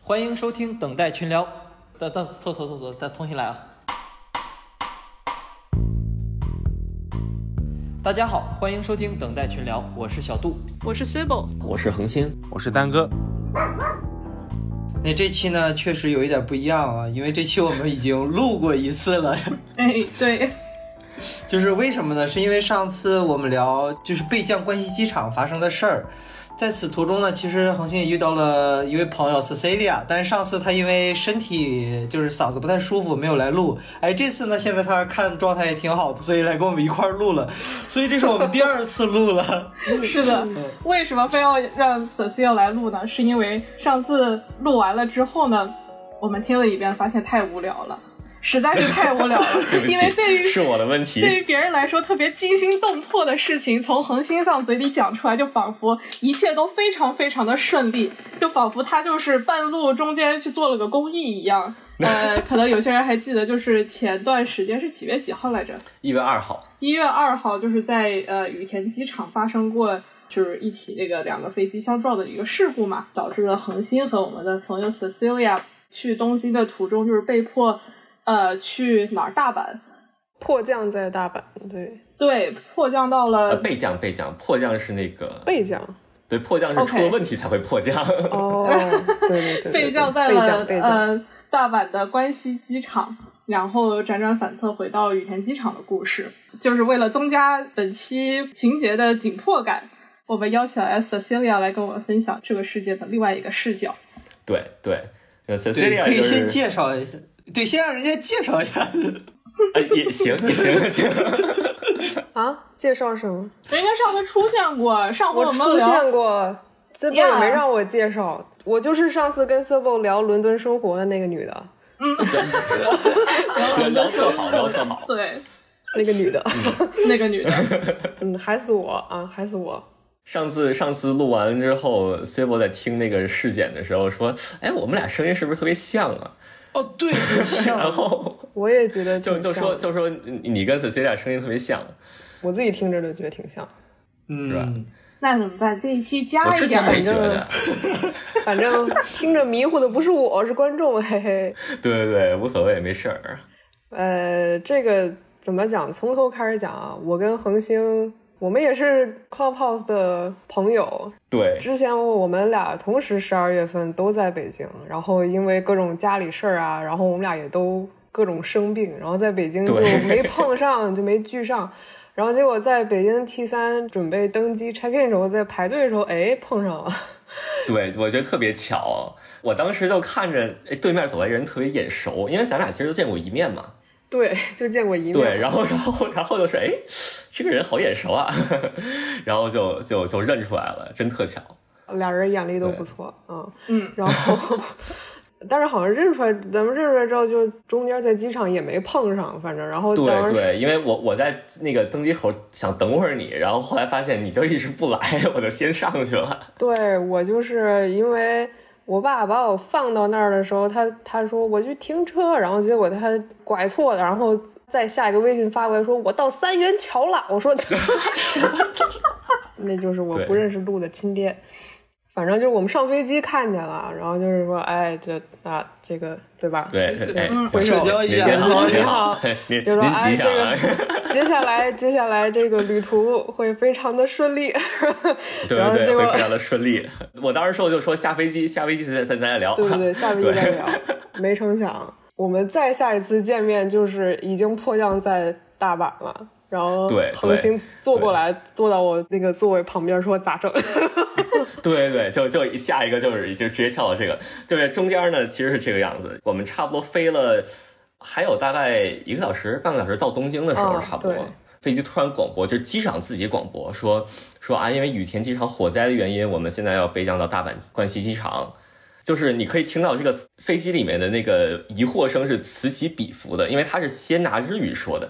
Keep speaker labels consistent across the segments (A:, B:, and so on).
A: 欢迎收听等待群聊。等等，错错错错，再重新来啊！大家好，欢迎收听等待群聊，我是小杜。
B: 我是 Sibyl，
C: 我是恒星，
D: 我是丹哥，
A: 那这期呢，确实有一点不一样啊，因为这期我们已经录过一次了。
B: 哎，对，
A: 就是为什么呢？是因为上次我们聊就是备降关西机场发生的事儿，在此途中呢，其实恒星也遇到了一位朋友 Cecilia，但是上次他因为身体就是嗓子不太舒服，没有来录。哎，这次呢，现在他看状态也挺好的，所以来跟我们一块儿录了。所以这是我们第二次录了。
B: 是的。
C: 嗯
B: 为什么非要让 Cecilia 来录呢？是因为上次录完了之后呢，我们听了一遍，发现太无聊了，实在是太无聊了
C: 对。不起
B: 因为对于
C: 是我的问题。
B: 对于别人来说特别惊心动魄的事情，从恒星上嘴里讲出来，就仿佛一切都非常非常的顺利，就仿佛他就是半路中间去做了个公益一样。呃，可能有些人还记得，就是前段时间是几月几号来着？
C: 一月二号，
B: 一月二号，就是在呃羽田机场发生过，就是一起那个两个飞机相撞的一个事故嘛，导致了恒星和我们的朋友 Cecilia 去东京的途中，就是被迫呃去哪儿大阪，
E: 迫降在大阪，对，
B: 对，迫降到
C: 呃，
B: 了
C: 备降备降，迫降是那个
E: 备降。
C: 对，迫降是
B: OK
C: 出了问题才会迫降。
E: 哦， 对对对 对，
B: 备降在
E: 备降
B: 了
E: 备降。
B: 呃大阪的关西机场，然后辗转反侧回到羽田机场的故事，就是为了增加本期情节的紧迫感。我们邀请了 Cecilia 来跟我们分享这个世界的另外一个视角。
C: 对对，呃
A: 对，
C: ，Cecilia
A: 可以
C: 就是
A: 先介绍一下。对，先让人家介绍一下。
C: 呃也行也行也 行，
E: 啊，介绍什么？
B: 人家上回出现过，上回
E: 我
B: 们
E: 出
B: 聊
E: 现过，这不也
B: Yeah
E: 没让我介绍。我就是上次跟 Sebo 聊伦敦生活的那个女的，
C: 聊聊特好聊特好。
B: 对
E: 那个女的，
B: 那个女的，
E: 嗯，还死我啊，还死我。
C: 上次上次录完之后 c i b o 在听那个试检的时候说，哎，我们俩声音是不是特别像啊？
A: 哦，对， 很
C: 然
A: 像。
C: 后
E: 我也觉得
C: 就
E: 挺
C: 就
E: 像
C: 说
E: 的，
C: 就说你你跟 Cecilia 声音特别像，
E: 我自己听着就觉得挺像。
C: 是吧
A: 嗯，
B: 那怎么办？这一期
C: 我
B: 加一
C: 之
B: 点
C: 前
B: 儿，
C: 没觉得。
E: 反正 听着迷糊的不是我，是观众， 嘿嘿。
C: 对对对，无所谓，没事儿。
E: 呃，这个怎么讲？从头开始讲啊，我跟恒星，我们也是 Clubhouse 的朋友，
C: 对，
E: 之前我们俩同时十二月份都在北京，然后因为各种家里事儿啊，然后我们俩也都各种生病，然后在北京就
C: 对
E: 没碰上，就没聚上。然后结果在北京 T 三准备登机 check in 的时候，在排队的时候，哎，碰上了。
C: 对，我觉得特别巧。我当时就看着哎对面走来人特别眼熟，因为咱俩其实就见过一面嘛。
E: 对，就见过一面。嗯
C: 对，然后然后然后就是哎，这个人好眼熟啊， 然后就就就认出来了，真特巧。
E: 俩人眼力都不错，嗯
B: 嗯，
E: 然后， 但是好像认出来，咱们认出来之后，就是中间在机场也没碰上，反正，然后
C: 对
E: 当时
C: 对，因为我我在那个登机口想等会儿你，然后后来发现你就一直不来，我就先上去了。
E: 对我就是因为我爸把我放到那儿的时候，他他说我去停车，然后结果他拐错了，然后再下一个微信发过来说我到三元桥了，我说 那就是我
C: 对
E: 不认识路的亲爹。反正就是我们上飞机看见了，然后就是说，哎，这啊，这个对吧？
C: 对，哎，
A: 我社交一下
C: 您
E: 好
C: 您
E: 嗯你好
C: 哎您
E: 就说
C: 您
E: 哎，
C: 吉
E: 这
C: 祥啊。
E: 个接下来接下来这个旅途会非常的顺利，
C: 对
E: 然后
C: 对
E: 结
C: 对，
E: 果
C: 会非常的顺利。我当时说就说下飞机，下飞机咱咱咱再聊。
E: 对对对，下回再
C: 对
E: 聊。没成想，我们再下一次见面就是已经迫降在大阪了。然后
C: 对对
E: 恒星坐过来，坐到我那个座位旁边，说咋整？
C: 对对，就就下一个就是已经直接跳到这个，就是中间呢其实是这个样子，我们差不多飞了，还有大概一个小时半个小时到东京的时候，
E: 啊
C: 差不多、
E: 对
C: 飞机突然广播，就是机场自己广播说说啊，因为羽田机场火灾的原因，我们现在要备降到大阪关西机场。就是你可以听到这个飞机里面的那个疑惑声是此起彼伏的，因为他是先拿日语说的，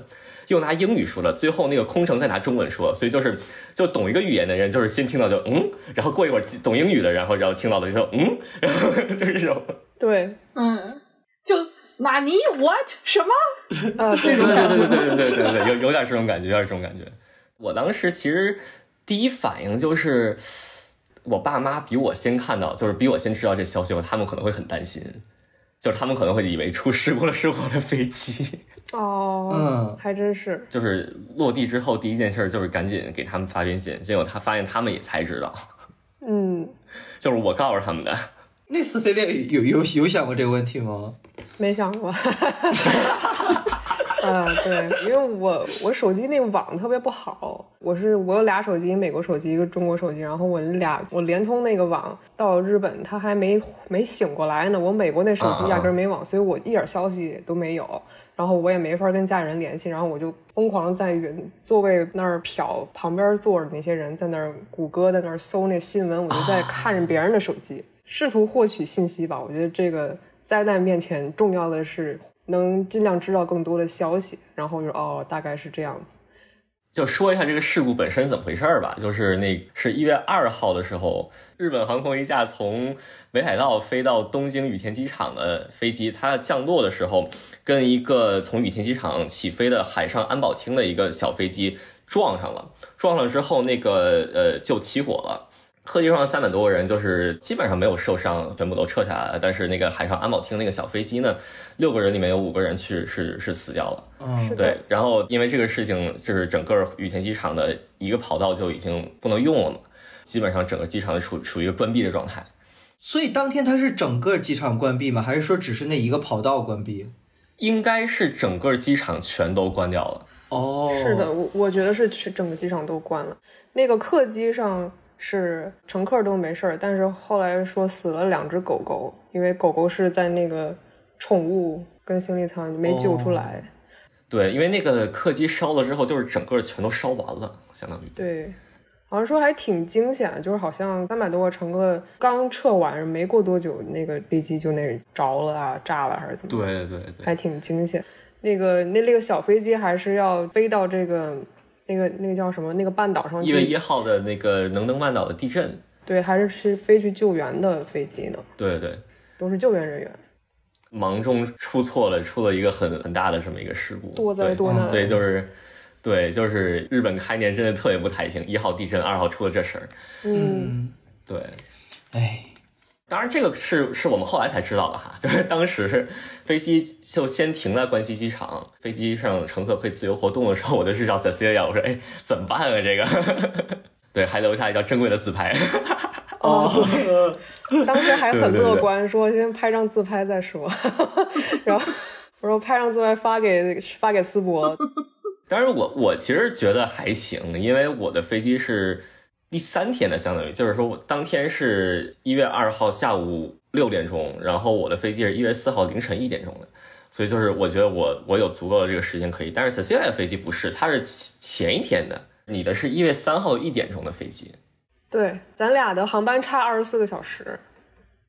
C: 又拿英语说了，最后那个空乘再拿中文说，所以就是就懂一个语言的人，就是先听到就嗯，然后过一会儿懂英语的，然后然后听到的就说嗯，然后就是这种，
E: 对，
B: 嗯，就纳尼 what 什么？
E: 呃，这
C: 对
E: 种感
C: 对
E: 觉，
C: 对对对对对，有有点这种感觉，有点这种感觉。我当时其实第一反应就是，我爸妈比我先看到，就是比我先知道这消息后，他们可能会很担心，就是他们可能会以为出事故了，是我的飞机。
E: 哦，
A: 嗯
E: 还真是，
C: 就是落地之后第一件事就是赶紧给他们发微信，结果他发现他们也才知道，
E: 嗯，
C: 就是我告诉他们的。
A: 那 Cecilia 有有有想过这个问题吗？
E: 没想过。 啊，对，因为我我手机那个网特别不好，我是我有俩手机，美国手机一个中国手机，然后我俩我联通那个网到日本，它还没没醒过来呢，我美国那手
C: 啊
E: 机压根儿没网，所以我一点消息都没有，然后我也没法跟家人联系，然后我就疯狂地在原座位那儿瞟旁边坐着那些人在那儿谷歌在那儿搜那新闻，我就在看着别人的手机，试图获取信息吧。我觉得这个灾难面前重要的是能尽量知道更多的消息，然后就哦大概是这样子。
C: 就说一下这个事故本身怎么回事儿吧，就是那是一月二号的时候，日本航空一架从北海道飞到东京羽田机场的飞机，它降落的时候跟一个从羽田机场起飞的海上安保厅的一个小飞机撞上了，撞上之后那个呃就起火了。客机上三百多个人，就是基本上没有受伤，全部都撤下来了。但是那个海上安保厅那个小飞机呢，六个人里面有五个人去是是死掉了。
A: 嗯
E: 是，
C: 对，然后因为这个事情，就是整个羽田机场的一个跑道就已经不能用了嘛，基本上整个机场处处于一个关闭的状态。
A: 所以当天它是整个机场关闭吗？还是说只是那一个跑道关闭？
C: 应该是整个机场全都关掉了，
A: 哦，
E: 是的，，我我觉得是全整个机场都关了，那个客机上。是乘客都没事儿，但是后来说死了两只狗狗，因为狗狗是在那个宠物跟行李舱没救出来。
C: 哦对，因为那个客机烧了之后，就是整个全都烧完了，相当于。
E: 对，好像说还挺惊险的，就是好像三百多个乘客刚撤完，没过多久，那个飞机就那着了啊，炸了还是怎么？，
C: 对对对，
E: 还挺惊险。那个那那个小飞机还是要飞到这个那个那个叫什么那个半岛上
C: 一月
E: 去，
C: 一号的那个能登半岛的地震，
E: 对，还是是飞去救援的飞机呢，
C: 对对，
E: 都是救援人员。
C: 忙中出错了，出了一个很很大的这么一个事故，
E: 多灾
C: 对
E: 多
A: 难
C: 所以就是，对，就是日本开年真的特别不太平，一号地震，二号出了这事儿，
E: 嗯，
A: 嗯，
C: 对。
A: 哎，
C: 当然，这个是是我们后来才知道的哈，就是当时飞机就先停在关西机场，飞机上乘客可以自由活动的时候，我就去找 Cecilia，我说：“哎，怎么办啊？这个？” 对，还留下一张珍贵的自拍。
E: 哦，当时还很
C: 嗯对对对
E: 乐观，说先拍张自拍再说， 然后 我说拍张自拍发给发给思博，
C: 当然我，我其实觉得还行，因为我的飞机是第三天的，相当于就是说我当天是一月二号下午六点钟，然后我的飞机是一月四号凌晨一点钟的，所以就是我觉得我我有足够的这个时间可以。但是 Cecilia 的飞机不是，它是前前一天的，你的是一月三号一点钟的飞机。
E: 对，咱俩的航班差二十四个小时。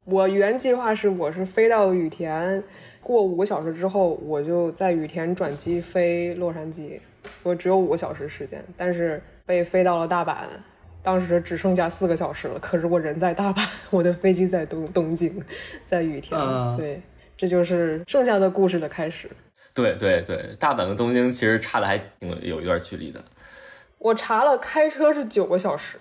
E: 我原计划是我是飞到羽田，过五个小时之后，我就在羽田转机飞洛杉矶，我只有五个小时时间，但是被飞到了大阪，当时只剩下四个小时了。可是我人在大阪，我的飞机在东东京，在羽田，
A: 啊
E: 所以这就是剩下的故事的开始。
C: 对对对，大阪跟东京其实差的还挺有一段距离的。
E: 我查了，开车是九个小时，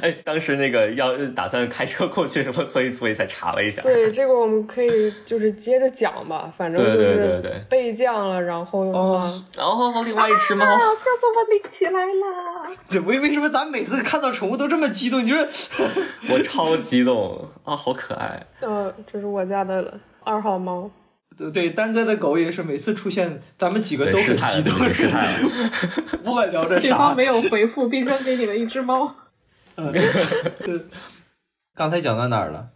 C: 哎，当时那个要打算开车过去什么，所以所以才查了一下。
E: 对，这个我们可以就是接着讲吧，反正
C: 对
E: 就
C: 对
E: 是
C: 对对
E: 备降了，然后啊
A: 哦，
C: 然后另外一只猫。
B: 哎这怎么立起来啦？
A: 这为为什么咱每次看到宠物都这么激动？你说，
C: 我超激动啊，好可爱！
E: 呃，这是我家的二号猫，
A: 对对，丹哥的狗也是每次出现，咱们几个都
C: 失
A: 很
C: 态
A: 激
C: 了，
A: 动
C: 对。失 态了。
A: 不管聊着
B: 对方
A: 啥
B: 没，有回复，并扔给你了一只猫。
A: 嗯刚才讲到哪儿了？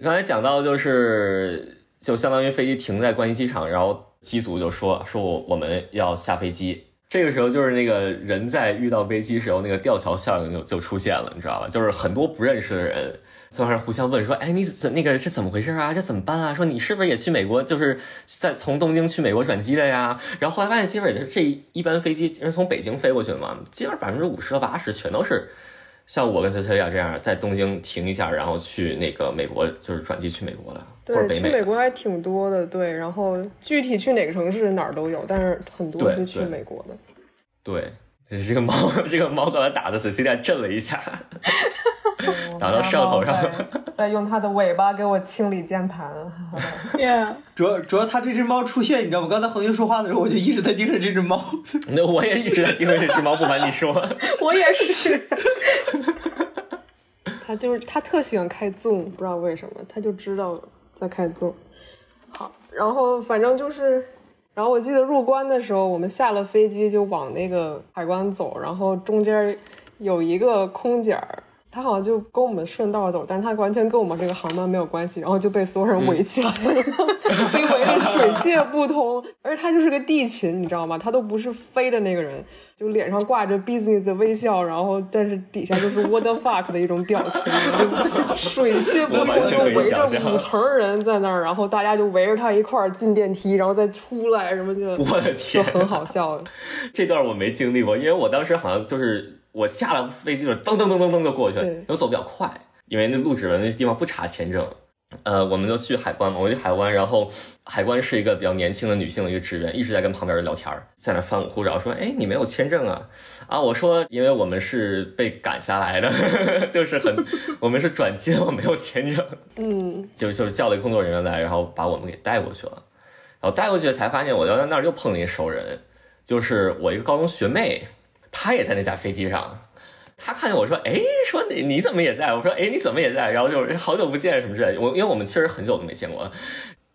C: 刚才讲到就是，就相当于飞机停在关西机场，然后机组就说说我我们要下飞机。这个时候就是那个人在遇到危机时候，那个吊桥效应就就出现了，你知道吧？就是很多不认识的人在那儿互相问说：“哎，你怎那个这怎么回事啊？这怎么办啊？说你是不是也去美国，就是在从东京去美国转机的呀？”然后后来发现，基本就是这一班飞机是从北京飞过去的嘛，基本百分之五十到八十全都是像我跟 Cecilia 这样在东京停一下，然后去那个美国，就是转机去美国的，或者
E: 对，
C: 北
E: 去美国还挺多的，对，然后具体去哪个城市哪儿都有，但是很多
C: 对
E: 是去
C: 对
E: 美国的。
C: 对，这个猫，这个猫刚才打的 Cecilia 震了一下。打到上头上
E: 哦然后再，再用它的尾巴给我清理键 盘。
B: Yeah，
A: 主要主要它这只猫出现，你知道吗？刚才恒星说话的时候，我就一直在盯着这只猫。
C: 那我也一直在盯着这只猫，不瞒你说，
B: 我也是。
E: 它就是它特喜欢开 Zoom，不知道为什么，它就知道在开 Zoom。好，然后反正就是，然后我记得入关的时候，我们下了飞机就往那个海关走，然后中间有一个空姐儿。她好像就跟我们顺道走，但是她完全跟我们这个航班没有关系，然后就被所有人
C: 嗯
E: 围起来了， 被围得水泄不通。而且她就是个地勤，你知道吗？她都不是飞的那个人，就脸上挂着 business 的微笑，然后但是底下就是 what the fuck 的一种表情，就水泄不
C: 我
E: 通，
C: 完全
E: 就
C: 可以
E: 围着
C: 想象
E: 五层人在那儿，然后大家就围着他一块儿进电梯，然后再出来什么就，
C: 我的
E: 就
C: 天，
E: 很好笑。
C: 这段我没经历过，因为我当时好像就是我下了飞机就是噔噔噔噔噔就过去了，
E: 对
C: 因为我走比较快，因为那录指纹那地方不查签证。呃，我们就去海关嘛，我去海关，然后海关是一个比较年轻的女性的一个职员，一直在跟旁边人聊天儿，在那翻我护照，说：“哎，你没有签证啊？”啊，我说：“因为我们是被赶下来的， 就是很，我们是转机，我没有签证。”
E: 嗯，
C: 就就是叫了一个工作人员来，然后把我们给带过去了。然后带过去才发现，我到那儿又碰了一熟人，就是我一个高中学妹，她也在那架飞机上。她看见我说：“哎，说你你怎么也在？”我说：“哎，你怎么也在？”然后就是哎好久不见什么之类的。我因为我们确实很久都没见过了。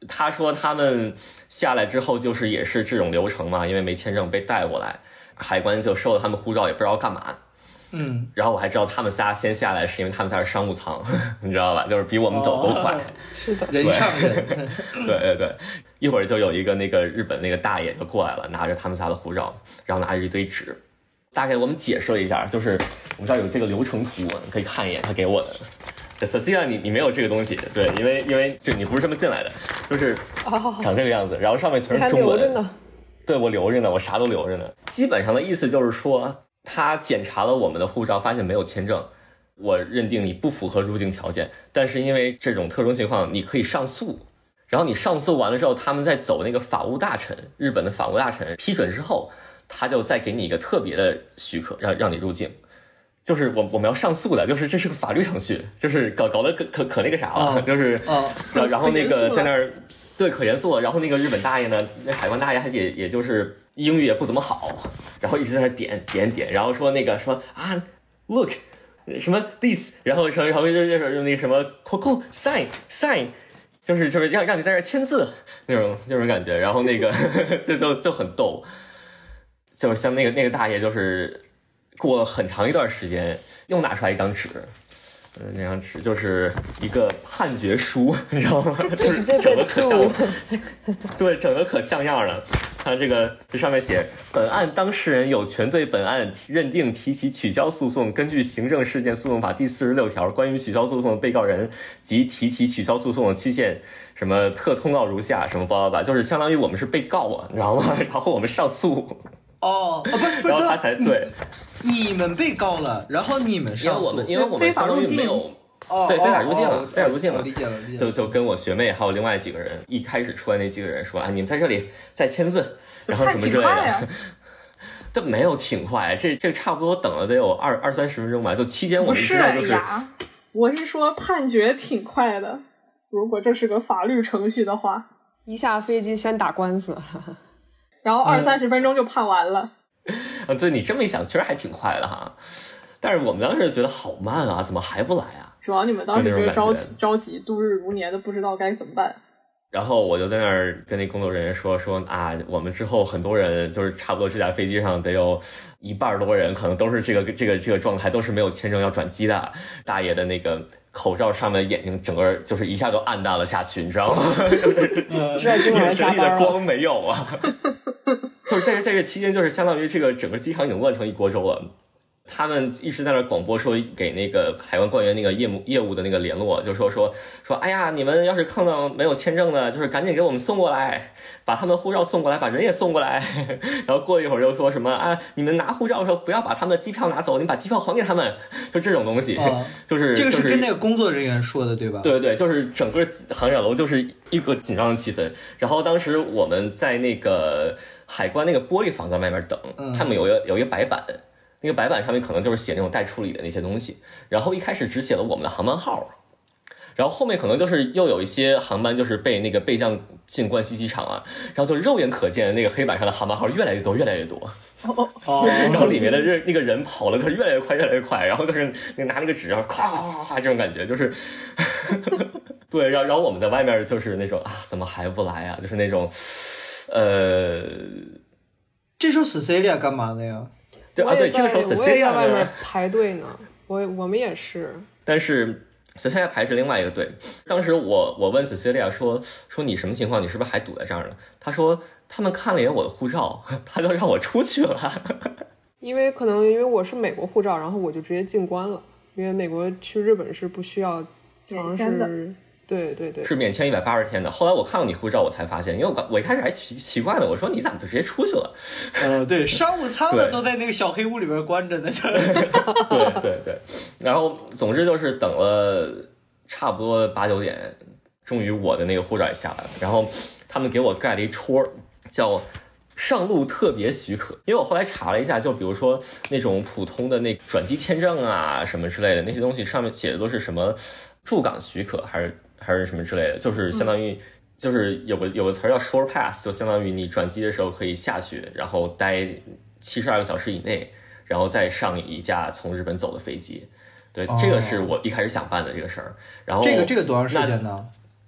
C: 她说他们下来之后就是也是这种流程嘛，因为没签证被带过来，海关就收了他们护照，也不知道干嘛。
A: 嗯，
C: 然后我还知道他们仨先下来是因为他们仨是商务舱， 你知道吧？就是比我们走都快。
A: 哦
E: 是的，
A: 人上人，
C: 对对对，一会儿就有一个那个日本那个大爷就过来了，拿着他们仨的护照，然后拿着一堆纸，大概我们解释了一下，就是我们这儿有这个流程图，你可以看一眼，他给我的。 这 Cecilia，你你没有这个东西，对，因为因为就你不是这么进来的，就是长这个样子，然后上面全
E: 你还
C: 是中
E: 留着
C: 文，
E: 呢。
C: 对我留着呢，我啥都留着呢。基本上的意思就是说，他检查了我们的护照，发现没有签证，我认定你不符合入境条件，但是因为这种特殊情况，你可以上诉。然后你上诉完了之后，他们再走那个法务大臣，日本的法务大臣批准之后，他就再给你一个特别的许可，让让你入境。就是我我们要上诉的，就是这是个法律程序，就是搞搞得可可可那个啥了，
A: 哦
C: 就是
A: 哦
C: 然后然后那
E: 可严
C: 个
E: 肃了
C: 在那儿对可严肃了，然后那个日本大爷呢，那海关大爷还也也就是英语也不怎么好，然后一直在那儿点点点，然后说那个说啊，look 什么 this，然后然后然后就就是用那个什么 coco sign sign，就是就是让让你在这儿签字那种那种感觉，然后那个 就就就很逗，就是像那个那个大爷就是过了很长一段时间，又拿出来一张纸，呃，那张纸就是一个判决书，你知道吗？就是
E: 直接
C: 整
E: 被
C: 的可
E: 吐
C: 像，对，整的可像样了。它这个这上面写，本案当事人有权对本案认定提起取消诉讼，根据《行政事件诉讼法》第四十六条关于取消诉讼的被告人及提起取消诉讼的期限，什么特通告如下，什么叭叭叭，就是相当于我们是被告啊，你知道吗？ 然后我们上诉，
A: 哦，哦不是不是
C: 然后他
A: 哥，
C: 才对。
A: 你们被告了，然后你们
C: 因为
A: 上
C: 我
A: 诉
C: 们，因为我们相当于没有，
A: 哦，
C: 对非法
A: 哦
C: 入境了
A: 哦
C: 非法入境了
A: 我理解了，我理解
C: 就
A: 了。
C: 就跟我学妹还有另外几个人，一开始出来那几个人说啊，你们在这里再签字， 然后
B: 太
C: 什么之
B: 挺
C: 类
B: 快呀啊
C: 的。！ 这没有挺快，这这差不多等了得有二二三十分钟吧。就期间我
B: 不
C: 们
B: 是
C: 知道就是
B: 呀，我是说判决挺快的。如果这是个法律程序的话，
E: 一下飞机先打官司，
B: 然后二
C: 嗯
B: 三十分钟就判完了。
C: 啊，对你这么一想，确实还挺快的哈。但是我们当时觉得好慢啊，怎么还不来啊？
B: 主要你们当时
C: 就那
B: 这
C: 种
B: 个着
C: 感觉
B: 急着急，度日如年的，不知道该怎么办。
C: 然后我就在那儿跟那工作人员说说啊，我们之后很多人就是差不多这架飞机上得有一半儿多人，可能都是这个这个这个状态，都是没有签证要转机的。大爷的那个口罩上面的眼睛，整个就是一下就暗淡了下去，你知道吗？ 就是
E: 知道今晚要
C: 眼
E: 加
C: 神里的
E: 班了。
C: 光没呃有 啊。就是在这在这期间，就是相当于这个整个机场已经乱成一锅粥了。他们一直在那儿广播说给那个海关官员那个业务业务的那个联络，就说说说，哎呀，你们要是碰到没有签证的，就是赶紧给我们送过来，把他们的护照送过来，把人也送过来。 然后过一会儿又说什么啊，你们拿护照的时候不要把他们的机票拿走，你把机票还给他们， 就这种东西，
E: 啊
A: 哦
C: 就是
A: 这个
C: 就是
A: 跟那个工作人员说的，对吧？，
C: 对对，就是整个航站楼就是一个紧张的气氛。然后当时我们在那个海关那个玻璃房在外面等
A: 嗯，
C: 他们有一个有一个白板，那个白板上面可能就是写那种待处理的那些东西，然后一开始只写了我们的航班号，然后后面可能就是又有一些航班就是被那个备降进关西机场啊，然后就肉眼可见的那个黑板上的航班号越来越多，越来越多，
A: 哦，
C: 然后里面的这那个人跑了，他越来越快，越来越快，然后就是那拿那个纸，然后咵咵咵咵这种感觉，就是， 对，然后然后我们在外面就是那种啊，怎么还不来啊？就是那种，呃，
A: 这时候 Cecilia 干嘛的呀？
C: 对啊，
E: 我也
C: 对，
E: 在
C: 这个时候
E: 我也在
C: Cecilia
E: 外面
C: 呢，
E: 排队呢，我我们也是，
C: 但是 Cecilia 排是另外一个队。当时我我问 Cecilia 说说你什么情况？你是不是还堵在这儿了？他说他们看了一眼我的护照， 他就让我出去了。
E: 因为可能因为我是美国护照，然后我就直接进关了，因为美国去日本是不需要好像
B: 免签的
E: 是对对对，
C: 是免签一百八十天的。后来我看到你护照，我才发现，因为我刚我一开始还奇奇怪呢，我说你咋就直接出去了？
A: 呃，对，商务舱的
C: 对
A: 都在那个小黑屋里边关着呢，就
C: 对对对。然后总之就是等了差不多八九点，终于我的那个护照也下来了。然后他们给我盖了一戳儿，叫。上路特别许可，因为我后来查了一下，就比如说那种普通的那转机签证啊什么之类的那些东西，上面写的都是什么驻港许可还是还是什么之类的，就是相当于、就是有个有个词儿叫 shore pass，就相当于你转机的时候可以下去，然后待七十二个小时以内，然后再上一架从日本走的飞机。对，这个是我一开始想办的这个事儿。然后
A: 这个这个多长时间呢？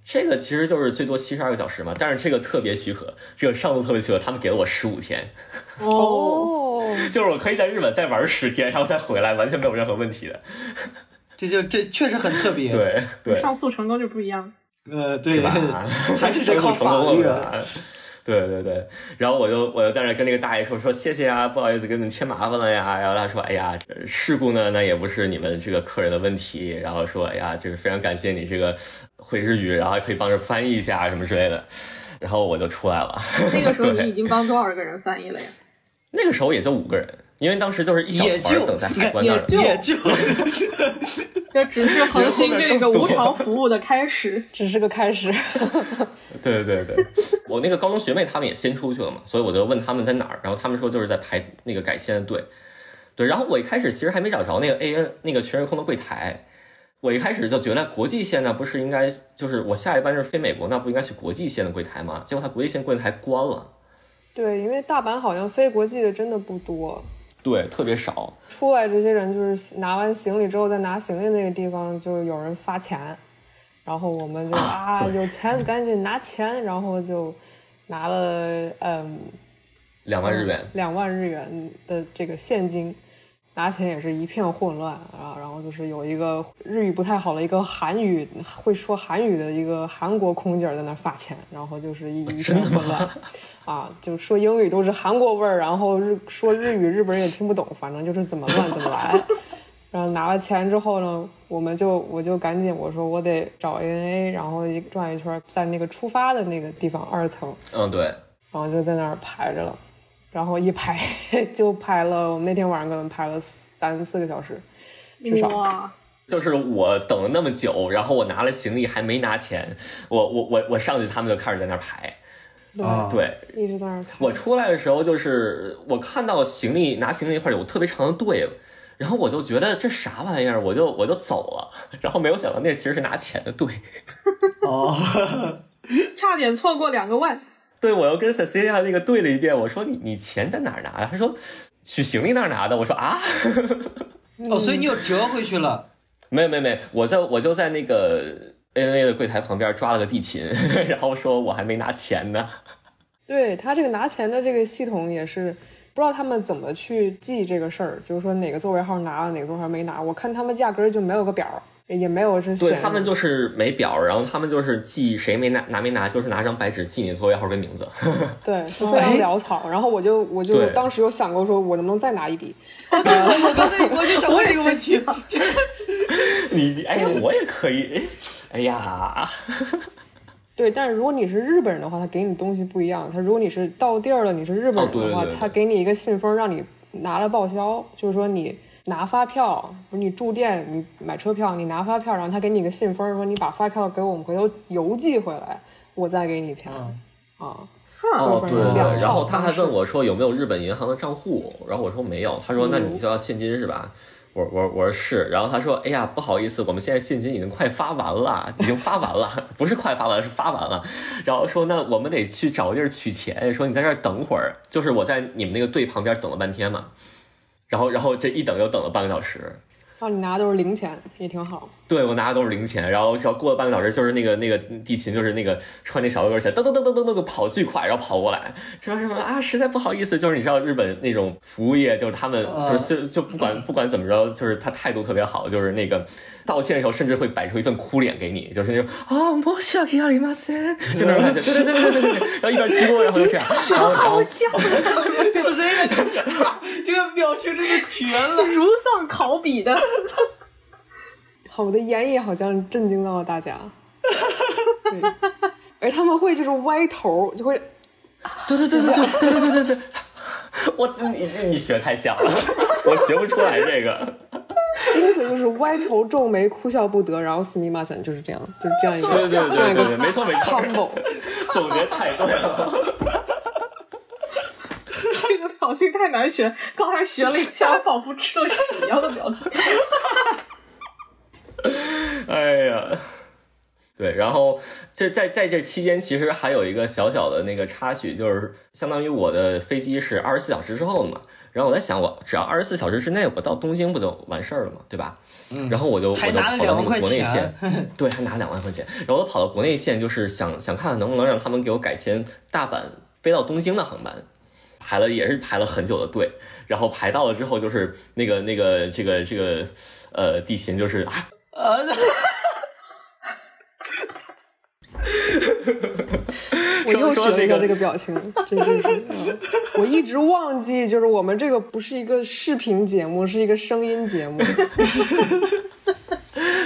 C: 这个其实就是最多七十二个小时嘛，但是这个特别许可，这个上路特别许可，他们给了我十五天，
B: 哦，
C: 就是我可以在日本再玩十天，然后再回来，完全没有任何问题的。
A: 这就这确实很特别，，
C: 对对，
B: 上诉成功就不一样。
A: 呃，
C: 是
A: 对，
C: 吧？
A: 还是得靠法律啊。
C: 对对对，然后我就我就在那跟那个大爷说说谢谢啊，不好意思给你们添麻烦了呀。然后他说，哎呀，事故呢那也不是你们这个客人的问题。然后说，哎呀，就是非常感谢你这个会日语，然后还可以帮着翻译一下啊什么之类的。然后我就出来了，
B: 那个时候你已经帮多少个人翻译了呀？
C: 那个时候也就五个人，因为当时就是一小
A: 也
C: 团
A: 就
C: 儿等在海关那
B: 也
C: 儿。
B: 就
A: 也就
B: 这只是恒星这个无偿服务的开始。
E: 只是个开始，
C: 对对对对，我那个高中学妹她们也先出去了嘛，所以我就问她们在哪儿，然后她们说就是在排那个改签的队。对，然后我一开始其实还没找着那个 AN 那个全日空的柜台，我一开始就觉得国际线呢不是应该就是我下一班是飞美国，那不应该去国际线的柜台吗？结果它国际线柜台关了，
E: 对，因为大阪好像飞国际的真的不多，
C: 对，特别少。
E: 出来这些人就是拿完行李之后，再拿行李那个地方就是有人发钱，然后我们就啊有钱赶紧拿钱，然后就拿了嗯
C: 两万日元，
E: 两万日元的这个现金，拿钱也是一片混乱啊。然后就是有一个日语不太好的一个韩语会说韩语的一个韩国空姐在那儿发钱，然后就是一一片混乱啊，就说英语都是韩国味儿，然后日说日语日本人也听不懂，反正就是怎么乱怎么来。然后拿了钱之后呢，我们就我就赶紧我说我得找 ANA，然后一转一圈儿，在那个出发的那个地方二层，
C: 嗯，对，
E: 然后就在那儿排着了，然后一排 就排了，我们那天晚上可能排了三四个小时，至少
B: 哇，
C: 就是我等了那么久，然后我拿了行李还没拿钱，我我我我上去，他们就开始在那儿排，
E: 对，
A: 啊
C: 对，
E: 一直在那儿排。
C: 我出来的时候，就是我看到行李拿行李那块儿有特别长的队，然后我就觉得这啥玩意儿，我就我就走了，然后没有想到那其实是拿钱的队。
A: 哦，
B: 差点错过两个万。
C: 对，我又跟 Cecilia 那个对了一遍，我说你你钱在哪儿拿的？她说去行李那儿拿的。我说啊，
A: 哦，所以你又折回去 了。
C: 没有没有没有，我在我就在那个 ANA 的柜台旁边抓了个地勤， 然后说我还没拿钱呢。
E: 对他这个拿钱的这个系统也是，不知道他们怎么去记这个事儿，就是说哪个座位号拿了，哪个座位号没拿。我看他们压根儿就没有个表儿，也没有是
C: 对
E: 显
C: 他们就是没表，然后他们就是记谁没拿拿没拿，就是拿张白纸记你座位号跟名字。
E: 对，就非常
A: 哎
E: 潦草。然后我就我就
C: 对
E: 当时有想过说，我能不能再拿一笔？
A: 哦我刚才我就想问这个问题，
C: 你你哎呀，我也可以，哎呀，
E: 对，但是如果你是日本人的话，他给你东西不一样。他如果你是到地儿了，你是日本
C: 哦对
E: 人的话，
C: 对对
E: 他给你一个信封，让你拿了报销，就是说你拿发票，不是你住店，你买车票，你拿发票，然后他给你一个信封，说你把发票给我们，回头邮寄回来，我再给你钱、啊。证儿，
C: 哦，
E: 反
C: 对
E: 正
C: 对
E: 两
C: 对，然
E: 套
C: 后他
E: 方
C: 还
E: 式
C: 问我说有没有日本银行的账户，然后我说没有，他说那你就要现金是吧？我我我说是，然后他说哎呀不好意思，我们现在现金已经快发完了，已经发完了， 不是快发完了是发完了，然后说那我们得去找地儿取钱，说你在这儿等会儿，就是我在你们那个队旁边等了半天嘛，然后然后这一等又等了半个小时，
E: 然后你拿的都是零钱，也挺好。
C: 对我拿的都是零钱，然后然后过了半个小时，就是那个那个地勤，就是那个穿那小高跟鞋，噔噔噔噔噔噔就跑巨快，然后跑过来，说什么啊，实在不好意思，就是你知道日本那种服务业，就是他们
A: 啊
C: 就是就就不管不管怎么着，就是他态度特别好，就是那个道歉的时候，甚至会摆出一份哭脸给你，就是那种啊，莫笑伊亚里马塞，就那种感觉，对对对对对对对，然后一边骑过，然后就 这样，然后然后
B: 好像
A: 四 C 的，这个表情真的绝了。
B: 如丧考妣的。
E: 好，我的演绎好像震惊到了大家。 对，而他们会就是歪头，就会
C: 对对对对对对对对对，我你你学太像了，我学不出来这个。
E: 精髓就是歪头皱眉，哭笑不得，然后斯密马森就是这样，就是这样一个
C: 对对
E: 这样
C: 对
E: 一
C: 对对，
E: 个
C: 没错没错，
E: combo。
C: 总结太对了。
B: 这个表情太难学，刚才学了一下，我 仿佛吃了屎一样的表情。
C: 哎呀，对，然后这在在这期间，其实还有一个小小的那个插曲，就是相当于我的飞机是二十四小时之后的嘛。然后我在想，我只要二十四小时之内，我到东京不就完事儿了嘛，对吧？嗯。然后我就我
A: 还
C: 就
A: 拿了
C: 跑到
A: 两
C: 那
A: 万
C: 个
A: 块
C: 国内线
A: 钱，，
C: 对，还拿两万块钱。然后我跑到国内线，就是想想看看能不能让他们给我改签大阪飞到东京的航班，排了也是排了很久的队。然后排到了之后，就是那个那个这个这个呃地勤就是啊，
A: 呃，
E: 我又学了
C: 说说这
E: 一个
C: 个
E: 这个表情，真是的。嗯我一直忘记，就是我们这个不是一个视频节目，是一个声音节目。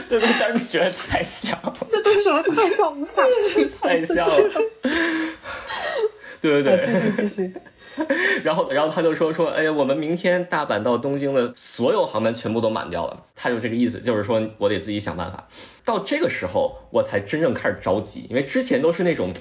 C: 对对，但是学的太像了，
B: 这都学的 太像无法形容。
C: 太像了。对对对，
E: 继续继续，
C: 然后，然后他就说说，哎呀，我们明天大阪到东京的所有航班全部都满掉了。他就这个意思，就是说我得自己想办法。到这个时候，我才真正开始着急，因为之前都是那种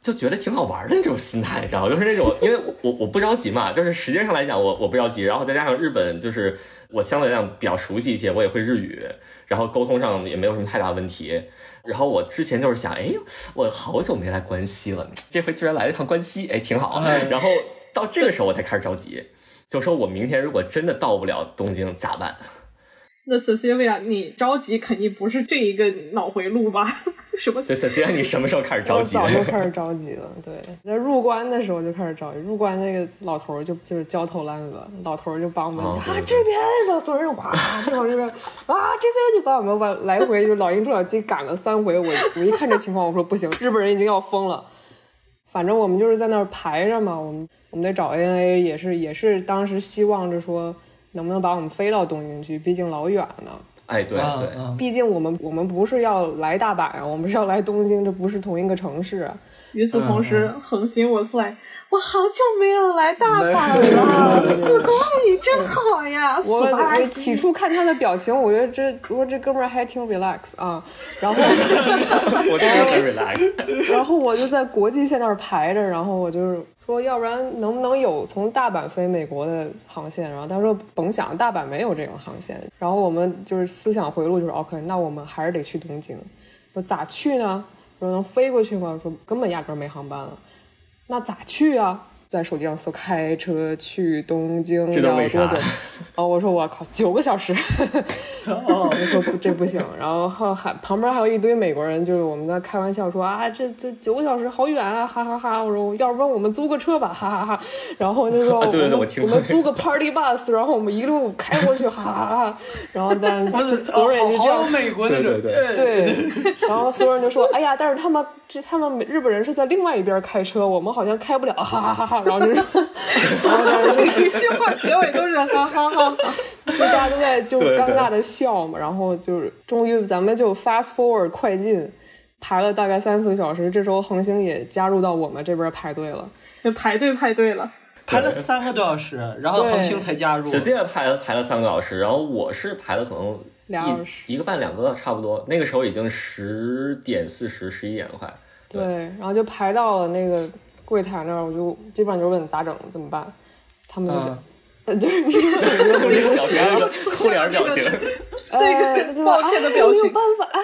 C: 就觉得挺好玩的那种心态，你知道吗？就是那种，因为我我我不着急嘛，就是时间上来讲我我不着急，然后再加上日本就是我相对来讲比较熟悉一些，我也会日语，然后沟通上也没有什么太大问题。然后我之前就是想，哎，我好久没来关西了，这回居然来了一趟关西，哎，挺好。
A: 哎
C: 然后到这个时候我才开始着急，就说我明天如果真的到不了东京咋办？
B: 那 Cecilia，你着急肯定不是这一个脑回路吧？ 什么？
C: 对，小虽然你什么时候开始着
E: 我
C: 急
E: 早就
C: 的？
E: 开始着急了。对，在入关的时候就开始着急，入关那个老头儿就就是焦头烂额，老头儿就把我们
C: 哦
E: 啊
C: 对对
E: 这边把所有人哇，这边这边哇这边就把我们往来回就是老鹰捉小鸡赶了三回。我我一看这情况，我说不行，日本人已经要疯了。反正我们就是在那儿排着嘛，我们我们得找 ANA，也是也是当时希望着说能不能把我们飞到东京去，毕竟老远了。
C: 哎，对
A: 啊
C: 对，
A: 啊
E: 毕竟我们我们不是要来大阪啊，我们是要来东京，这不是同一个城市啊。
B: 与此同时，恒星我出来，我好久没有来大阪
A: 嗯没
B: 了，四公里真好呀！
E: 我
B: 死吧
E: 我起初看他的表情，我觉得这我说这哥们儿还挺 relax 啊，然后
C: 我真的很 relax。
E: 然后我就在国际线那儿排着，然后我就是说，要不然能不能有从大阪飞美国的航线？然后他说甭想，大阪没有这种航线。然后我们就是思想回路就是 OK，那我们还是得去东京。说咋去呢？说能飞过去吗？说根本压根儿没航班了。那咋去啊？在手机上搜开车去东京
C: 这
E: 要
C: 都
E: 多
C: 为啥
E: 久？哦，我说我靠，九个小时。
A: 哦
E: 我，就说不这不行，然后还还旁边还有一堆美国人，就是我们在开玩笑说啊，这这九个小时好远啊，哈哈哈！我说要不然我们租个车吧，哈哈哈！然后就说
C: 啊对对对
E: 我
C: 我
E: 们
C: 听
E: 我
C: 过
E: 们租个 party bus，然后我们一路开过去，哈哈哈！然后但
A: 我
E: 是
A: 怎
E: 就所有人就
A: 好
E: 这样
A: 哦好美国哎那种，
C: 对对
E: 对，然后所有人就说：“哎呀，但是他们这他们日本人是在另外一边开车，我们好像开不了，哈哈哈哈。”然后就是， 然后大家就
B: 一句话结尾都是哈哈哈 哈。
E: 就大家都在就
C: 对对
E: 尴尬的笑嘛，然后就是终于咱们就 fast forward 快进，排了大概三四个小时，这时候恒星也加入到我们这边排队了。
B: 就排队排队了，
A: 排了三个多小时，然后
E: 对
A: 恒星才加入。
C: 小谢排了排了三个小时，然后我是排了可能
E: 俩小时
C: 一一个半两个差不多，那个时 候已经十点四十十一点了快。
E: 对，然后就排到了那个柜台那儿，我就基本上就问咋整，怎么办？他们就是
A: 嗯，
E: 呃 就是就是
C: 表情那个哭脸表情，
E: 呃，就是
B: 抱歉的表情
E: 哎没有办法，啊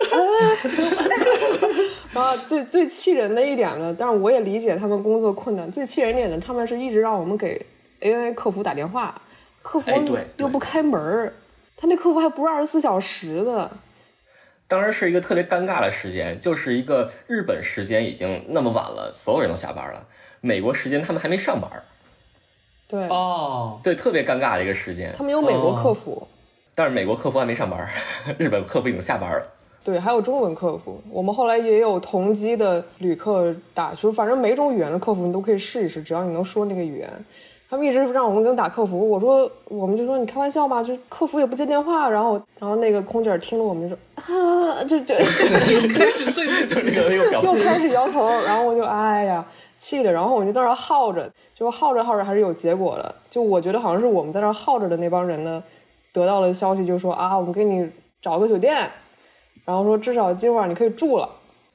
E: 哎，哎然后最最气人的一点呢，但是我也理解他们工作困难。最气人一点呢，他们是一直让我们给 ANA 客服打电话，客服
C: 哎对
E: 又
C: 对
E: 不开门儿，他那客服还不是二十四小时的，
C: 当时是一个特别尴尬的时间，就是一个日本时间已经那么晚了，所有人都下班了，美国时间他们还没上班儿，
E: 对，
A: 哦，
C: 对，特别尴尬的一个时间
E: 他。们有美
C: 哦
E: 国客服。
C: 但是美国客服还没上班儿， 日本客服已经下班了。
E: 对，还有中文客服，我们后来也有同机的旅客打，就是反正每种语言的客服你都可以试一试，只要你能说那个语言。他们一直让我们跟打客服，我说我们就说你开玩笑吗？就是客服也不接电话，然后然后那个空姐儿听了我们就说啊，就这
B: 开始对 不起。
C: 这个又 表
E: 又
C: 情，
E: 开始摇头，然后我就哎呀气的，然后我就在那儿耗着，就耗着耗着还是有结果的。就我觉得好像是我们在那儿耗着的那帮人呢，得到了消息就说啊，我们给你找个酒店，然后说至少今晚你可以住了。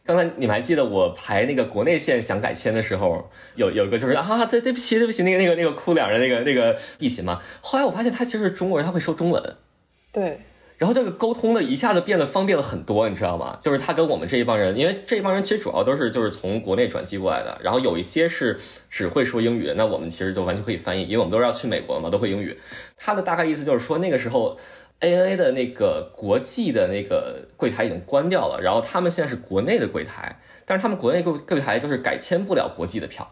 C: 刚才你们还记得我排那个国内线想改签的时候，有有一个就是啊，对对不起对不起，那个那个那个哭脸的那个那个地勤嘛。后来我发现他其实是中国人，他会说中文，
E: 对，
C: 然后这个沟通的一下子变得方便了很多，你知道吗？就是他跟我们这一帮人，因为这一帮人其实主要都是就是从国内转机过来的，然后有一些是只会说英语的，那我们其实就完全可以翻译，因为我们都是要去美国嘛，都会英语。他的大概意思就是说，那个时候 ANA 的那个国际的那个柜台已经关掉了，然后他们现在是国内的柜台，但是他们国内柜柜台就是改签不了国际的票，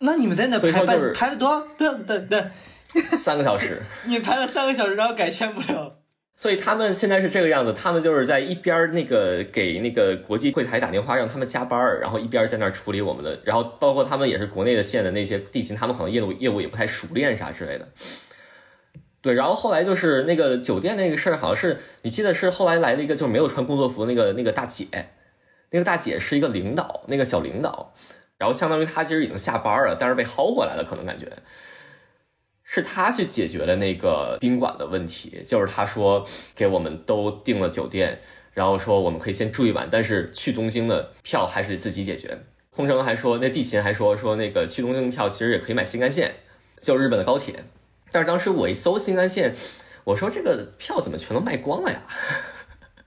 A: 那你们在那
C: 所以
A: 排
C: 说
A: 半
C: 就是
A: 排了多少？对对对，
C: 三个小时。
A: 你排了三个小时，然后改签不了。
C: 所以他们现在是这个样子，他们就是在一边儿那个给那个国际柜台打电话让他们加班儿，然后一边儿在那儿处理我们的，然后包括他们也是国内的线的那些地勤，他们可能业务业务也不太熟练啥之类的。对，然后后来就是那个酒店那个事儿，好像是你记得是后来来了一个就是没有穿工作服的那个那个大姐，那个大姐是一个领导，那个小领导，然后相当于她其实已经下班了，但是被薅回来了，可能感觉。是他去解决了那个宾馆的问题，就是他说给我们都订了酒店，然后说我们可以先住一晚，但是去东京的票还是得自己解决。空乘还说，那地勤还说说那个去东京的票其实也可以买新干线，就是日本的高铁。但是当时我一搜新干线，我说这个票怎么全都卖光了呀？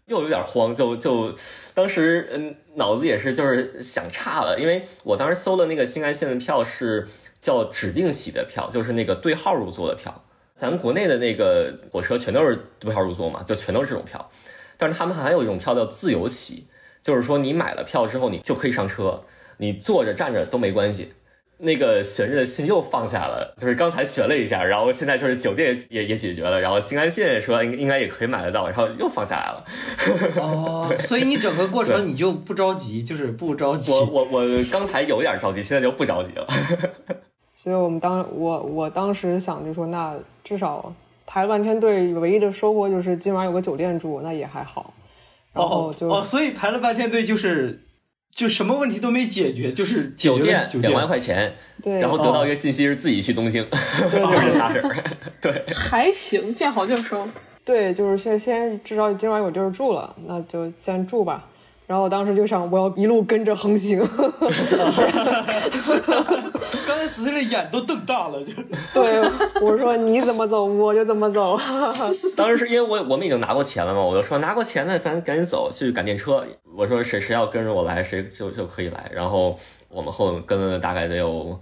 C: 又有点慌，就就当时嗯脑子也是就是想差了，因为我当时搜的那个新干线的票是叫指定席的票，就是那个对号入座的票。咱们国内的那个火车全都是对号入座嘛，就全都是这种票。但是他们还有一种票叫自由席，就是说你买了票之后你就可以上车，你坐着站着都没关系。那个悬着的心又放下了，就是刚才悬了一下，然后现在就是酒店也也也解决了，然后新干线说应应该也可以买得到，然后又放下来了。
A: 哦，所以你整个过程你就不着 急，就是不着急。哦
C: 我我我刚才有点着急，现在就不着急了。
E: 所以我们当我我当时想就说，那至少排了半天队，唯一的收获就是今晚有个酒店住，那也还好。然后
A: 哦
E: 就、
A: 哦，所以排了半天队就是就什么问题都没解决，就是解决
C: 酒
A: 了
C: 店
A: 酒
C: 两万
A: 店。
C: 块钱，
E: 对，
C: 然后得到一个信息是自己去东京，
E: 对
C: 就
E: 对
C: 是
E: 对
C: 仨人儿。 对，
B: 还行，见好就收。
E: 对，就是先先至少今晚有地儿住了，那就先住吧。然后我当时就想，我要一路跟着横行。
A: 刚才史翠的眼都瞪大了，就
E: 对，我说你怎么走我就怎么走。
C: 当时是因为我我们已经拿过钱了嘛，我就说拿过钱了，咱赶紧走去赶电车。我说谁谁要跟着我来，谁就就可以来。然后我们后跟了大概得有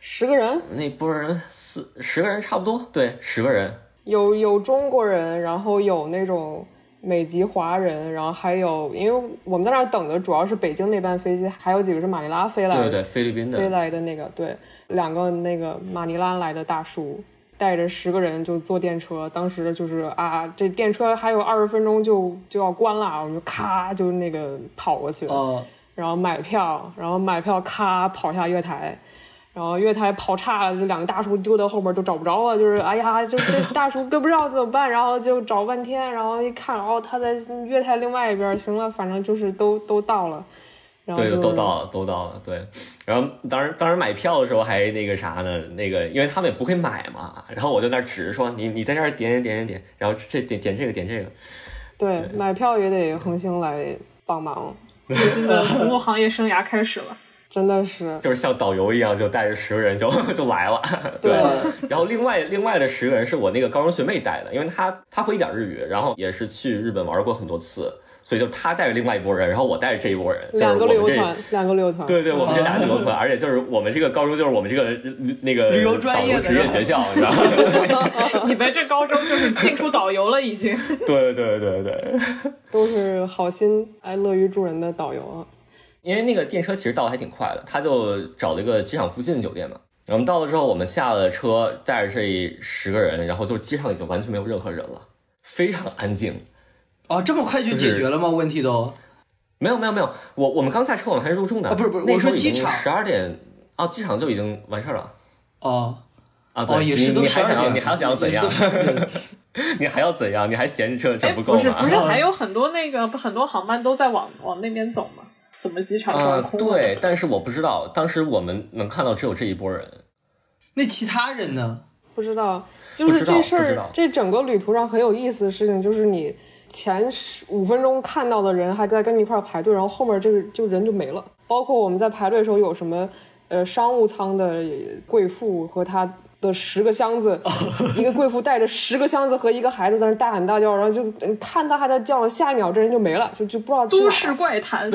E: 十个人，
C: 那波人四十个人差不多，对，十个人。
E: 有有中国人，然后有那种美籍华人，然后还有，因为我们在那儿等的主要是北京那班飞机，还有几个是马尼拉飞来
C: 对
E: 的。
C: 对对，菲律宾的
E: 飞来的那个，对，两个那个马尼拉来的大叔带着十个人就坐电车，当时就是啊，这电车还有二十分钟就就要关了，我们就咔
C: 嗯
E: 就那个跑过去，
A: 哦
E: 然后买票，然后买票咔跑下月台。然后月台跑岔了，这两个大叔丢到后面都找不着了，就是哎呀，就这大叔跟不上怎么办？ 然后就找半天，然后一看，哦，他在月台另外一边，行了，反正就是都都到了，然后
C: 对，
E: 就
C: 都到了，都到了。对，然后当时当时买票的时候还那个啥呢？那个因为他们也不会买嘛，然后我就在那儿指着说你你在这儿点点点点点，然后这点点这个点这个，
E: 对，买票也得恒星来帮忙。
B: 北京的服务行业生涯开始了。
E: 真的是，
C: 就是像导游一样，就带着十个人就 就来了。对，然后另外另外的十个人是我那个高中学妹带的，因为她她会一点日语，然后也是去日本玩过很多次，所以就她带着另外一拨人，然后我带着这一拨人，就是
E: 两个
C: 我
E: 旅游
C: 们这
E: 团，两个旅游团，
C: 对对，我们这俩旅游团，而且就是我们这个高中就是我们这个那个
A: 旅游专业的
C: 导游职业学校，你知道吗？
B: 你们这高中就是进出导游了已经。
C: 对对对对，
E: 都是好心哎乐于助人的导游啊。
C: 因为那个电车其实到的还挺快的，他就找了一个机场附近的酒店嘛。我们到了之后，我们下了车，带着这十个人，然后就机上已经完全没有任何人了，非常安静。
A: 哦，这么快就解决了吗？问题都
C: 没有没有没有，我我们刚下车，我们还是入住呢。
A: 啊不是不是我说机场
C: 十二点啊，机场就已经完事儿了
A: 哦
C: 啊。对，
A: 哦，也是
C: 你
A: 都
C: 你
A: 十
C: 还
A: 二
C: 想要
A: 点，
C: 你还要想要怎 样
A: 也？是都
C: 你还要怎样？你还嫌这
B: 哎，
C: 这够
B: 不是不
C: 吗？ 啊
B: 是，还有很多那个很多航班都在往往那边走吗？怎么机场突
C: 啊
B: 然，空了？
C: 对，但是我不知道，当时我们能看到只有这一波人。
A: 那其他人 呢？
E: 不知道，就是这事
C: 不知道
E: 儿，这整个旅途上很有意思的事情，就是你前十五分钟看到的人还在跟你一块儿排队，然后后面这个就人就没了。包括我们在排队的时候，有什么呃商务舱的贵妇和她的十个 箱子，一个贵妇带着十个箱子和一个孩子在那大喊大叫，然后就嗯看他还在叫，下一秒这人就没了，就就不知道去哪
B: 都
E: 儿
B: 市怪谈，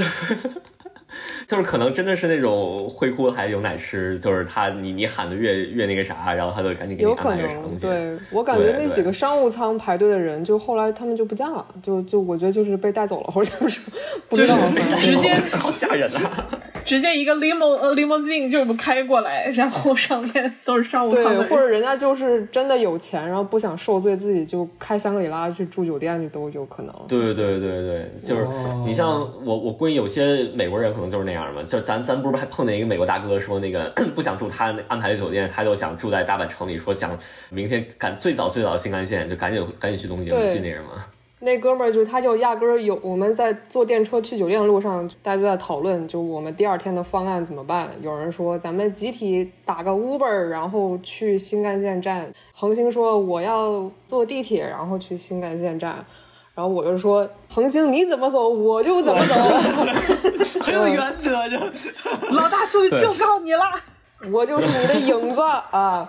C: 就是可能真的是那种会哭还有奶吃，就是他你你喊的越越那个啥，然后他就赶紧给你
E: 有
C: 安
E: 可
C: 排个场
E: 能，
C: 景。
E: 对我感觉
C: 对
E: 那几
C: 对
E: 个商务舱排队的人，就后来他们就不见了，就就我觉得就是被带走了，或者就是不知道
B: 就是
E: 反正
B: 直接
C: 好吓人啊！
B: 直接一个 limo 呃 limousine 就开过来，然后上面都是商务舱的
E: 对，
B: 人
E: 或者人家就是真的有钱，然后不想受罪，自己就开香格里拉去住酒店去都有可能。
C: 对对对对，就是
A: 哦
C: 你像我，我估计有些美国人可能就是那样嘛。就是咱咱不是还碰见一个美国大哥说那个 不想住他那安排的酒店，他就想住在大阪城里，说想明天赶最早最早新干线就赶紧赶紧去东京，
E: 对
C: 你记那人吗？
E: 那哥们儿就是他就压根儿有我们在坐电车去酒店的路上，大家就在讨论，就我们第二天的方案怎么办？有人说咱们集体打个 Uber，然后去新干线站。恒星说我要坐地铁，然后去新干线站。然后我就说恒星你怎么走我就怎么走，
C: 呃
A: 很有原则就。
B: 老大就
C: 对
B: 就告你啦。
E: 我就是你的 影子啊。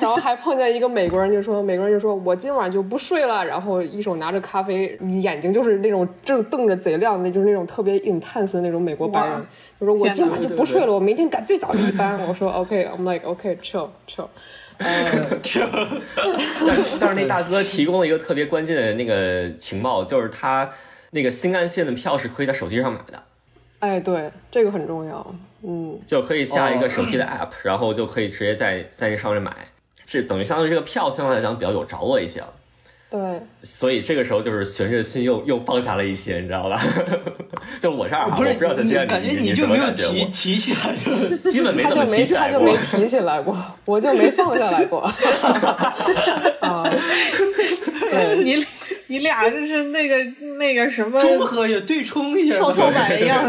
E: 然后还碰见一个美国人，就说美国人就说我今晚就不睡了，然后一手拿着咖啡，眼睛就是那种正瞪着贼亮的，就是那种特别 intense 的那种美国白人
B: 哇，
E: 就说我
B: 天哪
E: 今晚就不睡
A: 对
E: 了，我明天赶最早的一班。我说 OK，I'm like OK chill chill，呃，
C: 但是那大哥提供了一个特别关键的那个情报，就是他那个新干线的票是可以在手机上买的，
E: 哎，对，这个很重要，嗯，
C: 就可以下一个手机的 app，、然后就可以直接在在那上面买，这等于相当于这个票相对来讲比较有着落一些了。
E: 对，
C: 所以这个时候就是悬着心又又放下了一些，你知道吧？ 就我这儿哈，
A: 不
C: 啊我
A: 是，
C: 不知道小
A: 你
C: 金
A: 感
C: 你
A: 觉
C: 你
A: 就
C: 什么
A: 没有
C: 感觉？
A: 提提起来就。
C: 我基本没
E: 他
C: 怎
E: 就
C: 么
E: 没
C: 提起
E: 他
C: 来
E: 就
C: 过
E: 没。提起 来过，我就没放下来过，啊，对。
B: 你你俩就是那个那个什么
A: 中和一下，对冲 一下。
B: 跷跷板一样，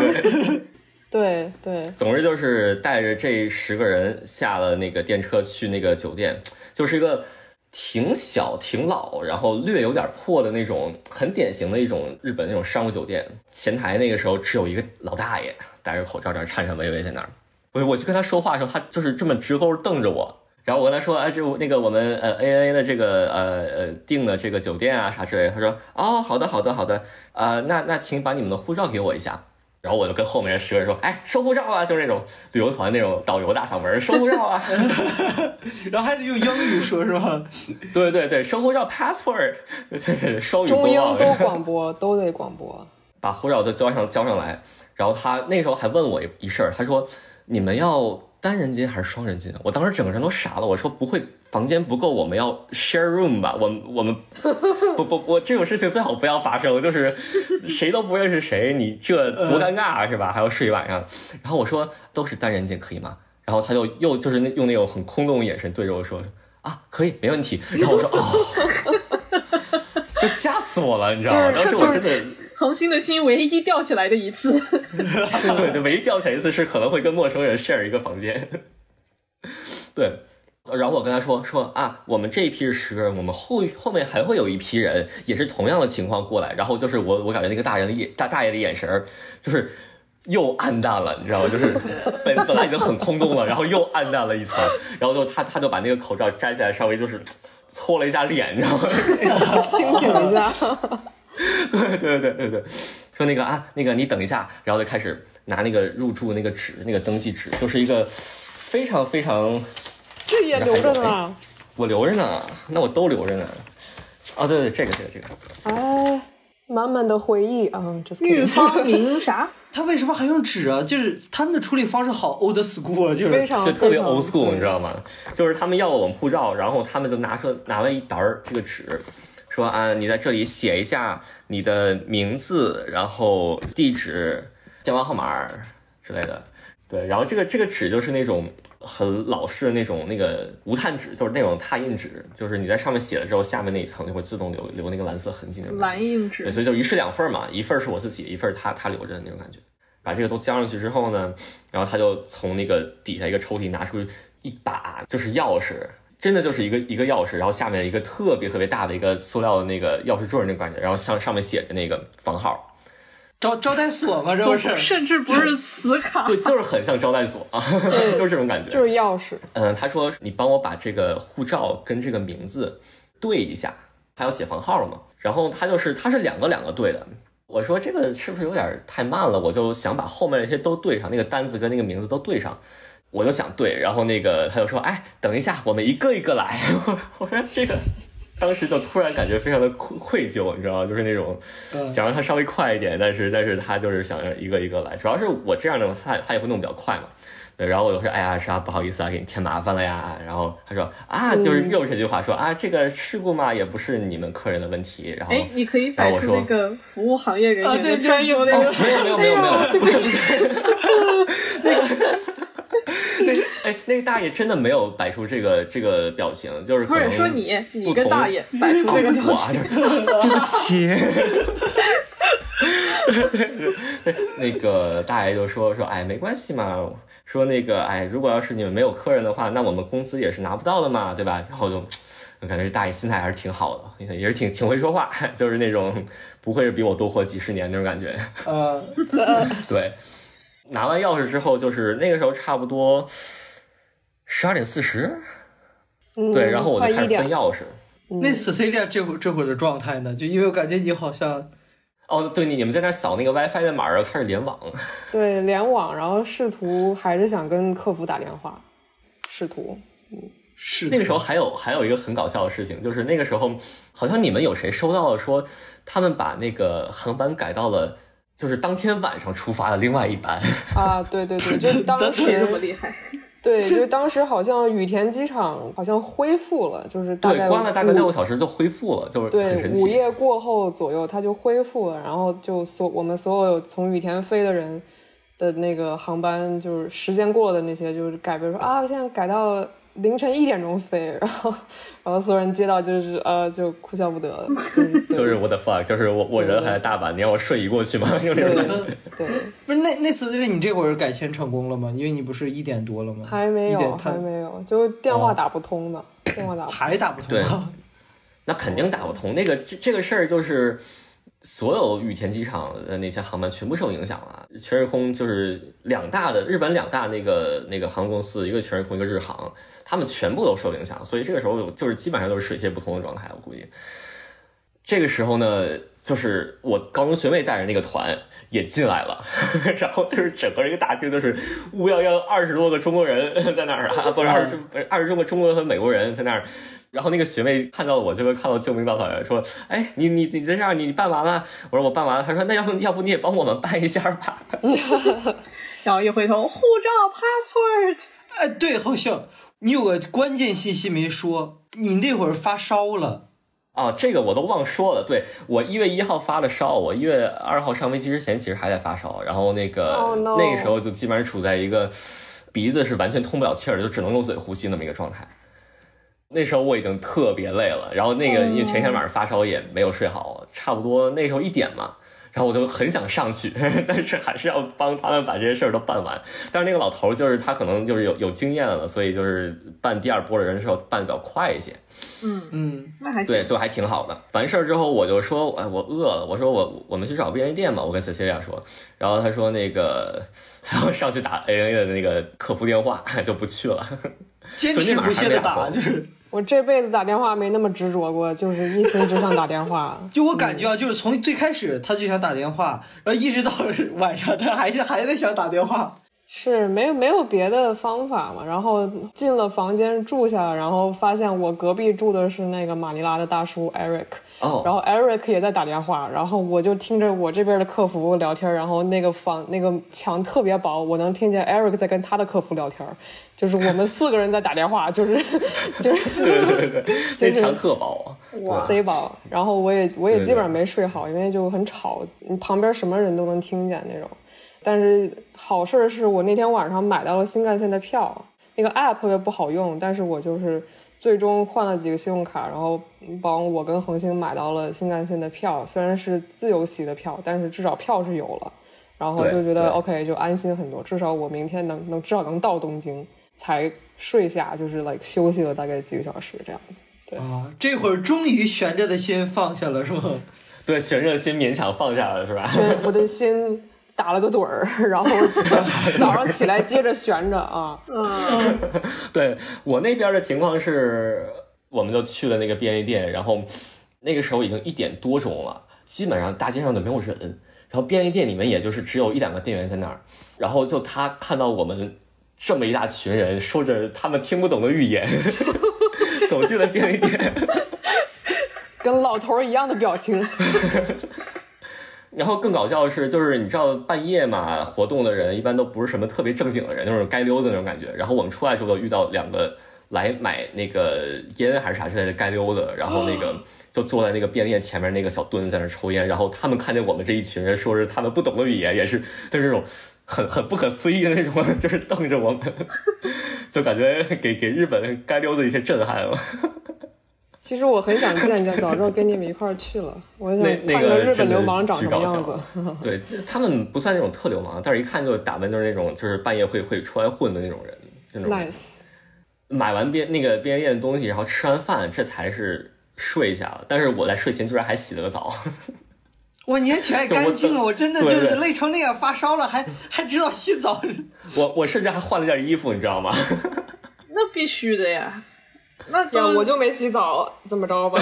E: 对对，
C: 总之就是带着这十个人下了那个电车去那个酒店，就是一个挺小、挺老，然后略有点破的那种，很典型的一种日本那种商务酒店。前台那个时候只有一个老大爷戴着口罩，在那儿颤颤巍巍在那儿。我我去跟他说话的时候，他就是这么直勾瞪着我。然后我跟他说，哎，这我那个我们呃 A A 的这个呃呃订的这个酒店啊啥之类的，他说哦好的好的好的，呃那那请把你们的护照给我一下。然后我就跟后面人十个人说，哎收护照啊，就是那种旅游团那种导游大嗓门儿收护照啊，
A: 然后还得用英语说，是吧？
C: 对对对，收护照 passport，就是 双语
E: 中英
C: 公报
E: 都广播，都得广播。
C: 把护照都交上交上来。然后他那时候还问我一一事儿，他说你们要单人间还是双人间？啊我当时整个人都傻了，我说不会房间不够，我们要 share room 吧？我们我们不不不，这种事情最好不要发生，就是谁都不认识谁，你这多尴尬啊，是吧？还要睡一晚上。然后我说都是单人间可以吗？然后他就又就是那用那种很空洞的眼神对着我说啊可以没问题。然后我说哦。 就吓死我了，你知道吗？
B: 就是
C: 当时我真的
B: 恒星的心唯一吊起来的一次。
C: 对对，唯一掉起来一次是可能会跟陌生人 share 一个房间。对，然后我跟他说说啊，我们这一批是十个人，我们后后面还会有一批人也是同样的情况过来。然后就是我我感觉那个大人的眼大大爷的眼神儿就是又暗淡了，你知道吗？就是本本来已经很空洞了，然后又暗淡了一层，然后就他他就把那个口罩摘下来，稍微就是搓了一下脸，你知道吗？
E: 清醒一下。
C: 对对对对对，说那个啊，那个你等一下，然后就开始拿那个入住那个纸，那个登记纸，就是一个非常非常
E: 这也留着呢。
C: 我留着呢，那我都留着呢。哦，对对，这个这个这个，
E: 哎，满满的回忆啊，just
B: 玉
E: kidding，
B: 芳名啥？
A: 他为什么还用纸啊？就是他们的处理方式好 old school，啊，就
E: 非
A: 是
E: 常
C: 就特别
E: 非常
C: old school，你知
E: 对
C: 道吗？就是他们要了我们护照，然后他们就拿出拿了一沓儿这个纸，说啊，你在这里写一下你的名字，然后地址、电话号码儿之类的。对，然后这个这个纸就是那种很老式的那种那个无碳纸，就是那种拓印纸，就是你在上面写了之后，下面那一层就会自动留留那个蓝色痕迹那种感觉。
B: 蓝印
C: 对，
B: 纸。
C: 所以就一式两份儿嘛，一份儿是我自己，一份儿他他留着的那种感觉。把这个都交上去之后呢，然后他就从那个底下一个抽屉拿出一把就是钥匙，真的就是一个一个钥匙，然后下面一个特别特别大的一个塑料的那个钥匙坠儿那种感觉，然后上上面写着那个房号，
A: 招招待所嘛，这不是？
B: 甚至不是磁卡，
C: 对，就是很像招待所啊，
E: 对
C: 就是这种感觉。
E: 就是钥匙，
C: 嗯，他说你帮我把这个护照跟这个名字对一下，他要写房号了嘛。然后他就是他是两个两个对的，我说这个是不是有点太慢了？我就想把后面那些都对上，那个单子跟那个名字都对上。我就想对，然后那个他就说：“哎，等一下，我们一个一个来。 我”我说这个，当时就突然感觉非常的愧愧疚，你知道吗？就是那种
A: 嗯
C: 想让他稍微快一点，但是但是他就是想要一个一个来，主要是我这样的他他也会弄比较快嘛。对，然后我就说，哎呀，啥不好意思啊，给你添麻烦了呀。然后他说啊，
B: 嗯
C: 就是又是这句话说啊，这个事故嘛，也不是你们客人的问题。然后
B: 哎，你可以摆出那个服务行业人
A: 啊
B: 员
A: 对
B: 的
A: 对
B: 专用那
A: 对
B: 个
A: 对
C: 哦没有没有没有没
B: 哎
C: 有，不是不是， 那个那哎那个大爷真的没有摆出这个这个表情，就是
B: 不
C: 可
B: 是
C: 能
B: 说你，你
C: 不
B: 跟
C: 同
B: 大爷摆出这个表
C: 我啊
B: 情，
C: 就是对不起。那个大爷就说说，哎，没关系嘛，说那个，哎，如果要是你们没有客人的话，那我们工资也是拿不到的嘛，对吧？然后就，我感觉这大爷心态还是挺好的，也是挺挺会说话，就是那种不会是比我多活几十年那种感觉。
A: 呃，
C: 对，拿完钥匙之后，就是那个时候差不多十二点四十，
E: 嗯
C: 对，然后我
E: 快
C: 就开
E: 一
C: 始分
E: 点，
C: 钥匙。
A: 那 Cecilia 这会这会儿的状态呢？就因为我感觉你好像
C: 哦，对，你你们在那儿扫那个 WiFi 的码儿，然后开始联网。
E: 对，联网，然后试图还是想跟客服打电话，试图
A: 是
C: 那个时候还有还有一个很搞笑的事情，就是那个时候好像你们有谁收到了说他们把那个航班改到了就是当天晚上出发的另外一 班，
E: 啊，对对对，就 当
B: 谁这么
E: 时
B: 厉害？
E: 对，就当时好像羽田机场好像恢复了，就是大
C: 对，
E: 概
C: 关了大概
E: 五
C: 六个小时就恢复了，就是很
E: 对
C: 神，
E: 午
C: 奇。
E: 夜过后左右，它就恢复了，然后就所我们所有从羽田飞的人的那个航班，就是时间过的那些，就是改，比如说啊，现在改到凌晨一点钟飞，然后然后所有人接到就是呃，就哭笑不得， 就是对
C: 就是 what the fuck，就是我我人还在大阪，你让我瞬移过去吗？ 就那种感觉。
E: 对对，
A: 不是那那 Cecilia 你这会儿改签成功了吗？因为你不是一点多了吗？
E: 还没
A: 一点
E: 有
A: 太
E: 还没有，就电话
A: 哦
E: 打不通的，电话打不通，
A: 还打不通啊？
C: 那肯定打不通。那个这这个事儿就是所有羽田机场的那些航班全部受影响了。全日空就是两大的日本两大那个那个航空公司，一个全日空，一个日航，他们全部都受影响，所以这个时候就是基本上都是水泄不通的状态，我估计。这个时候呢，就是我高中学妹带着那个团也进来了， 然后就是整个一个大厅就是乌泱泱二十多个中国人在那儿啊，不是二十不是二十多个中国人和美国人在那儿，然后那个学妹看到我就会看到救命稻草人，说：“哎，你你你在这儿，你你办完了？”我说：“我办完了。”她说：“那要不要不你也帮我们办一下吧
B: 然后一回头，护照 passport，
A: 哎，对，好像你有个关键信息没说，你那会儿发烧了，？”
C: 啊，这个我都忘说了。对我一月一号发了烧，我一月二号上飞机之前其实还在发烧，然后那个、
E: Oh, no.
C: 那个时候就基本上处在一个鼻子是完全通不了气儿，就只能用嘴呼吸那么一个状态。那时候我已经特别累了，然后那个因为前一天晚上发烧也没有睡好，差不多那时候一点嘛，然后我就很想上去， 但是还是要帮他们把这些事儿都办完。但是那个老头儿就是他可能就是有有经验了，所以就是办第二波的人的时候办的比较快一些。
B: 嗯，
A: 嗯，
B: 那 还行
C: 对，。所以还挺好的。完事儿之后，我就说，哎，我饿了，我说我我们去找便利店吧。我跟 Cecilia 说，然后他说那个 他要上去打 ANA 的那个客服电话，就不去了。
A: 坚持不懈的打，
C: 所以那晚上还没打
A: 就是
E: 我这辈子打电话没那么执着过，就是一心只想打电话。
A: 就我感觉啊，就是从最开始他就想打电话，然后一直到晚上他还是还在想打电话。
E: 是没有没有别的方法嘛？然后进了房间住下，然后发现我隔壁住的是那个马尼拉的大叔 Eric，
C: 哦，
E: 然后 Eric 也在打电话，然后我就听着我这边的客服聊天，然后那个房那个墙特别薄，我能听见 Eric 在跟他的客服聊天，就是我们四个人在打电话，就是 就是
C: 对对对，那墙特薄啊。
B: 哇，
E: 贼薄。然后我也我也
C: 对对
E: 基本上没睡好，因为就很吵，你旁边什么人都能听见那种。但是好事儿是我那天晚上买到了新干线的票，那个 app 特别不好用，但是我就是最终换了几个信用卡，然后帮我跟恒星买到了新干线的票，虽然是自由席的票，但是至少票是有了。然后
C: 对
E: 就觉得
C: 对
E: OK，就安心很多，至少我明天能能至少能到东京，才睡下，就是 like 休息了大概几个小时这样子。对，
A: 啊，这会儿终于悬着的心放下了，是吗？
C: 对，悬着的心勉强放下了，是吧？
E: 对，我的心打了个盹儿，然后早上起来接着悬着啊。
B: 嗯，
C: 对我那边的情况是，我们就去了那个便利店，然后那个时候已经一点多钟了，基本上大街上都没有人，然后便利店里面也就是只有一两个店员在那儿，然后就他看到我们这么一大群人说着他们听不懂的语言， 走进了便利店，
E: 跟老头儿一样的表情，
C: 然后更搞笑的是，就是你知道半夜嘛，活动的人一般都不是什么特别正经的人，就是街溜子那种感觉。然后我们出来的时候就遇到两个来买那个烟还是啥之类的街溜子，然后那个就坐在那个便利店前面那个小墩子在那抽烟，然后他们看见我们这一群人，说是他们不懂的语言，也是就是那种很很不可思议的那种， 就是瞪着我们， 就感觉给给日本街溜子一些震撼了。
E: 其实我很想见见，早知道跟你们一块儿去了，我想
C: 那那
E: 看看
C: 个
E: 日
C: 真
E: 本
C: 的
E: 流氓长
C: 巨
E: 什么
C: 搞笑
E: 样子。
C: 对，这他们不算那种特流氓，但是一看就打扮就是那种就是半夜会会出来混的那种人，这种
E: Nice，
C: 买完便那个便利店的东西，然后吃完饭，这才是睡一下了。但是我在睡前居然还洗了个澡，
A: 哇，你还挺爱干净啊！
C: 就我
A: 我真的就
C: 对
A: 是
C: 对
A: 累成那样，发烧了 还还知道洗澡。
C: 我我甚至还换了件衣服，你知道吗？
B: 那必须的呀。那
E: 呀，
B: 都
E: 我就没洗澡，怎么着吧？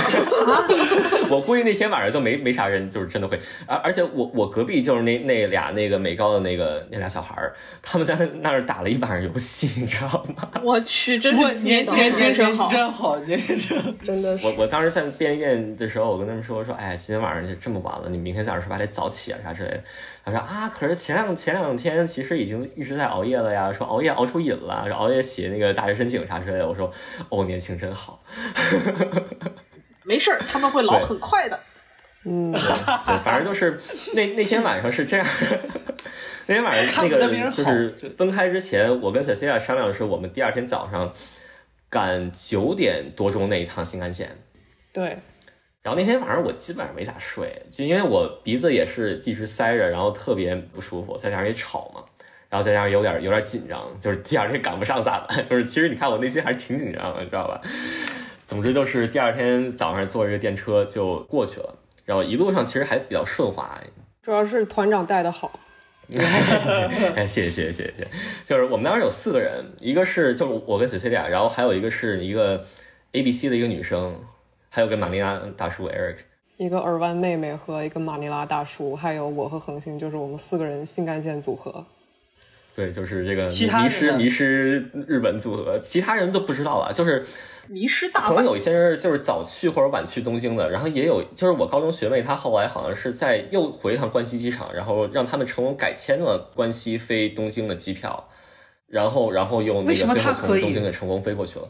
C: 我估计那天晚上就没没啥人，就是真的会。而而且我我隔壁就是那那俩那个美高的那个那俩小孩儿，他们在那儿打了一晚上游戏，你知道吗？
B: 我去，真
A: 我
B: 是
A: 年
B: 轻
A: 轻年
B: 人
A: 轻
B: 真
A: 年纪
B: 好。
A: 真好，年纪真好。
E: 真的是
C: 我我当时在便利店的时候，我跟他们说说，哎，今天晚上就这么晚了，你明天早上是不是还得早起啊啥之类的？他说啊，可是前两前两天其实已经一直在熬夜了呀，说熬夜熬出瘾了，然后熬夜写那个大学申请啥之类的。我说哦，年轻真好。
B: 没事儿，他们会老
C: 对
B: 很快的。
C: 对，反正就是那那天晚上是这样， 那天晚上那
A: 看不得别人
C: 个
A: 好
C: 就是分开之前，我跟 Cecilia 商量的是，我们第二天早上赶九点多钟那一趟新干线。
E: 对，
C: 然后那天晚上我基本上没咋睡，就因为我鼻子也是一直塞着，然后特别不舒服，再加上也吵嘛，然后再加上有点有点紧张，就是第二天赶不上咋办？ 就是其实你看我内心还是挺紧张的，你知道吧？总之就是第二天早上坐这个电车就过去了，然后一路上其实还比较顺滑，
E: 主要是团长带的好，
C: 哎，谢谢谢谢谢谢谢谢，就是我们当时有四个人，一个是就是我跟 Cecilia，然后还有一个是一个 ABC 的一个女生，还有个马丽娜大叔 Eric。
E: 一个耳湾妹妹和一个马尼拉大叔，还有我和恒星，就是我们四个人新干线组合。
C: 对，就是这个
A: 其他
C: 迷失
A: 人呢
C: 迷失日本组合，其他人都不知道了。就是
B: 迷失大
C: 可能
B: 阪，
C: 有一些人就是早去或者晚去东京的，然后也有就是我高中学妹，她后来好像是在又回一趟关西机场，然后让他们成功改签了关西飞东京的机票，然后然后用那
A: 为
C: 个
A: 什
C: 最
A: 么
C: 后
A: 她可
C: 从
A: 以
C: 东京给成功飞过去了。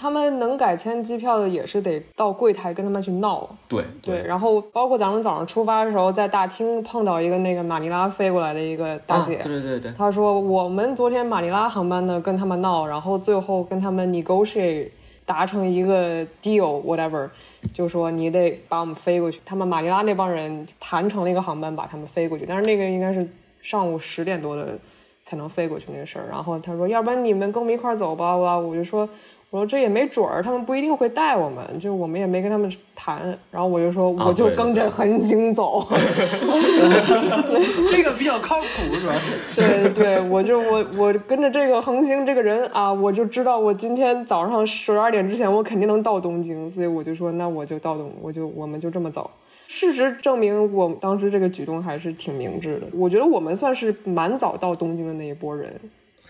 E: 他们能改签机票的也是得到柜台跟他们去闹，
C: 对
E: 对，然后包括咱们早上出发的时候，在大厅碰到一个那个马尼拉飞过来的一个大
C: 啊
E: 姐，
C: 对对对对，
E: 她说我们昨天马尼拉航班的跟他们闹，然后最后跟他们 negotiate，达成一个 deal whatever，就说你得把我们飞过去。他们马尼拉那帮人谈成了一个航班，把他们飞过去，但是那个应该是上午十点多的才能飞过去那个事儿。然后他说，要不然你们跟我们一块儿走吧，哇，我就说。我说这也没准儿，他们不一定会带我们，就我们也没跟他们谈。然后我就说，
C: 啊
E: 我就
C: 对对
E: 跟着
C: 对
E: 恒星走。
A: 这个比较靠谱，主要是。
E: 对对，我就我我跟着这个恒星这个人啊，我就知道我今天早上十二点之前我肯定能到东京，所以我就说那我就到东，我就我们就这么走。事实证明，我当时这个举动还是挺明智的。我觉得我们算是蛮早到东京的那一波人，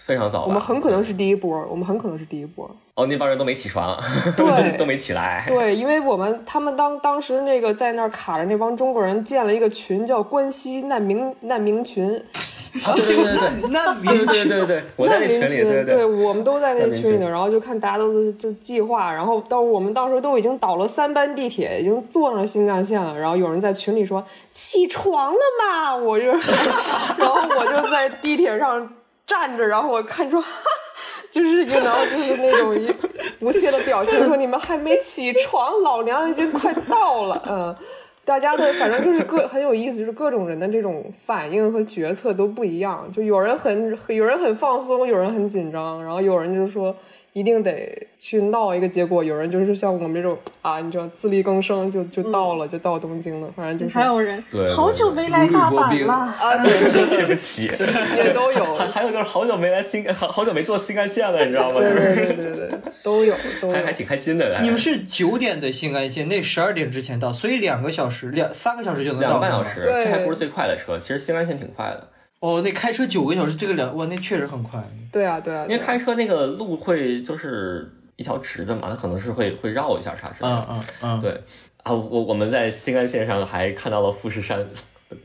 C: 非常早吧。
E: 我们很可能是第一波，我们很可能是第一波。
C: 哦，那帮人都没起床，
E: 对
C: 都没起来。
E: 对，因为我们他们当当时那个在那儿卡着那帮中国人建了一个群，叫关西难民难民群，啊
C: 对对对对
A: 那比
C: 对对对对，我在那群里，对
E: 对
C: 对，
E: 我们都在那
C: 那
E: 群里
C: 群
E: 头，然后就看大家都是就计划，然后到我们到时候都已经倒了三班地铁，已经坐上了新干线了，然后有人在群里说起床了吗？我就， 然后我就在地铁上站着，然后我看说。哈 就是就然后就是那种一不屑的表情，说你们还没起床，老娘已经快到了，嗯。大家的反正就是各很有意思，就是各种人的这种反应和决策都不一样。就有人很有人很放松，有人很紧张，然后有人就是说一定得去闹一个结果，有人就是像我们这种啊，你知道自力更生就就到了，就到东京了。反正就是
B: 还有人
C: 对对
B: 好久没来大
A: 如履薄
B: 阪
A: 冰
B: 了。
E: 啊，对，
C: 对不 起。
E: 也都有，
C: 还还有就是好久没来新，好好久没坐新干线了，你知道吗？
E: 对
C: 就是
E: 对对对对，都有都有
C: 还。还挺开心的。还
A: 你们是九点的新干线，那十二点之前到，所以两个小时、两三个小时就能到。
C: 两个半小时，
E: 对
C: 这还不是最快的车。其实新干线挺快的，
A: 哦，那开车九个小时，这个两哇，那确实很快。
E: 对啊对啊，
C: 因
E: 对
C: 为
E: 啊
C: 开车那个路会就是一条直的嘛，它可能是会会绕一下啥之类
A: 嗯
C: 的。
A: 嗯嗯，
C: 对啊，我我们在新干线上还看到了富士山，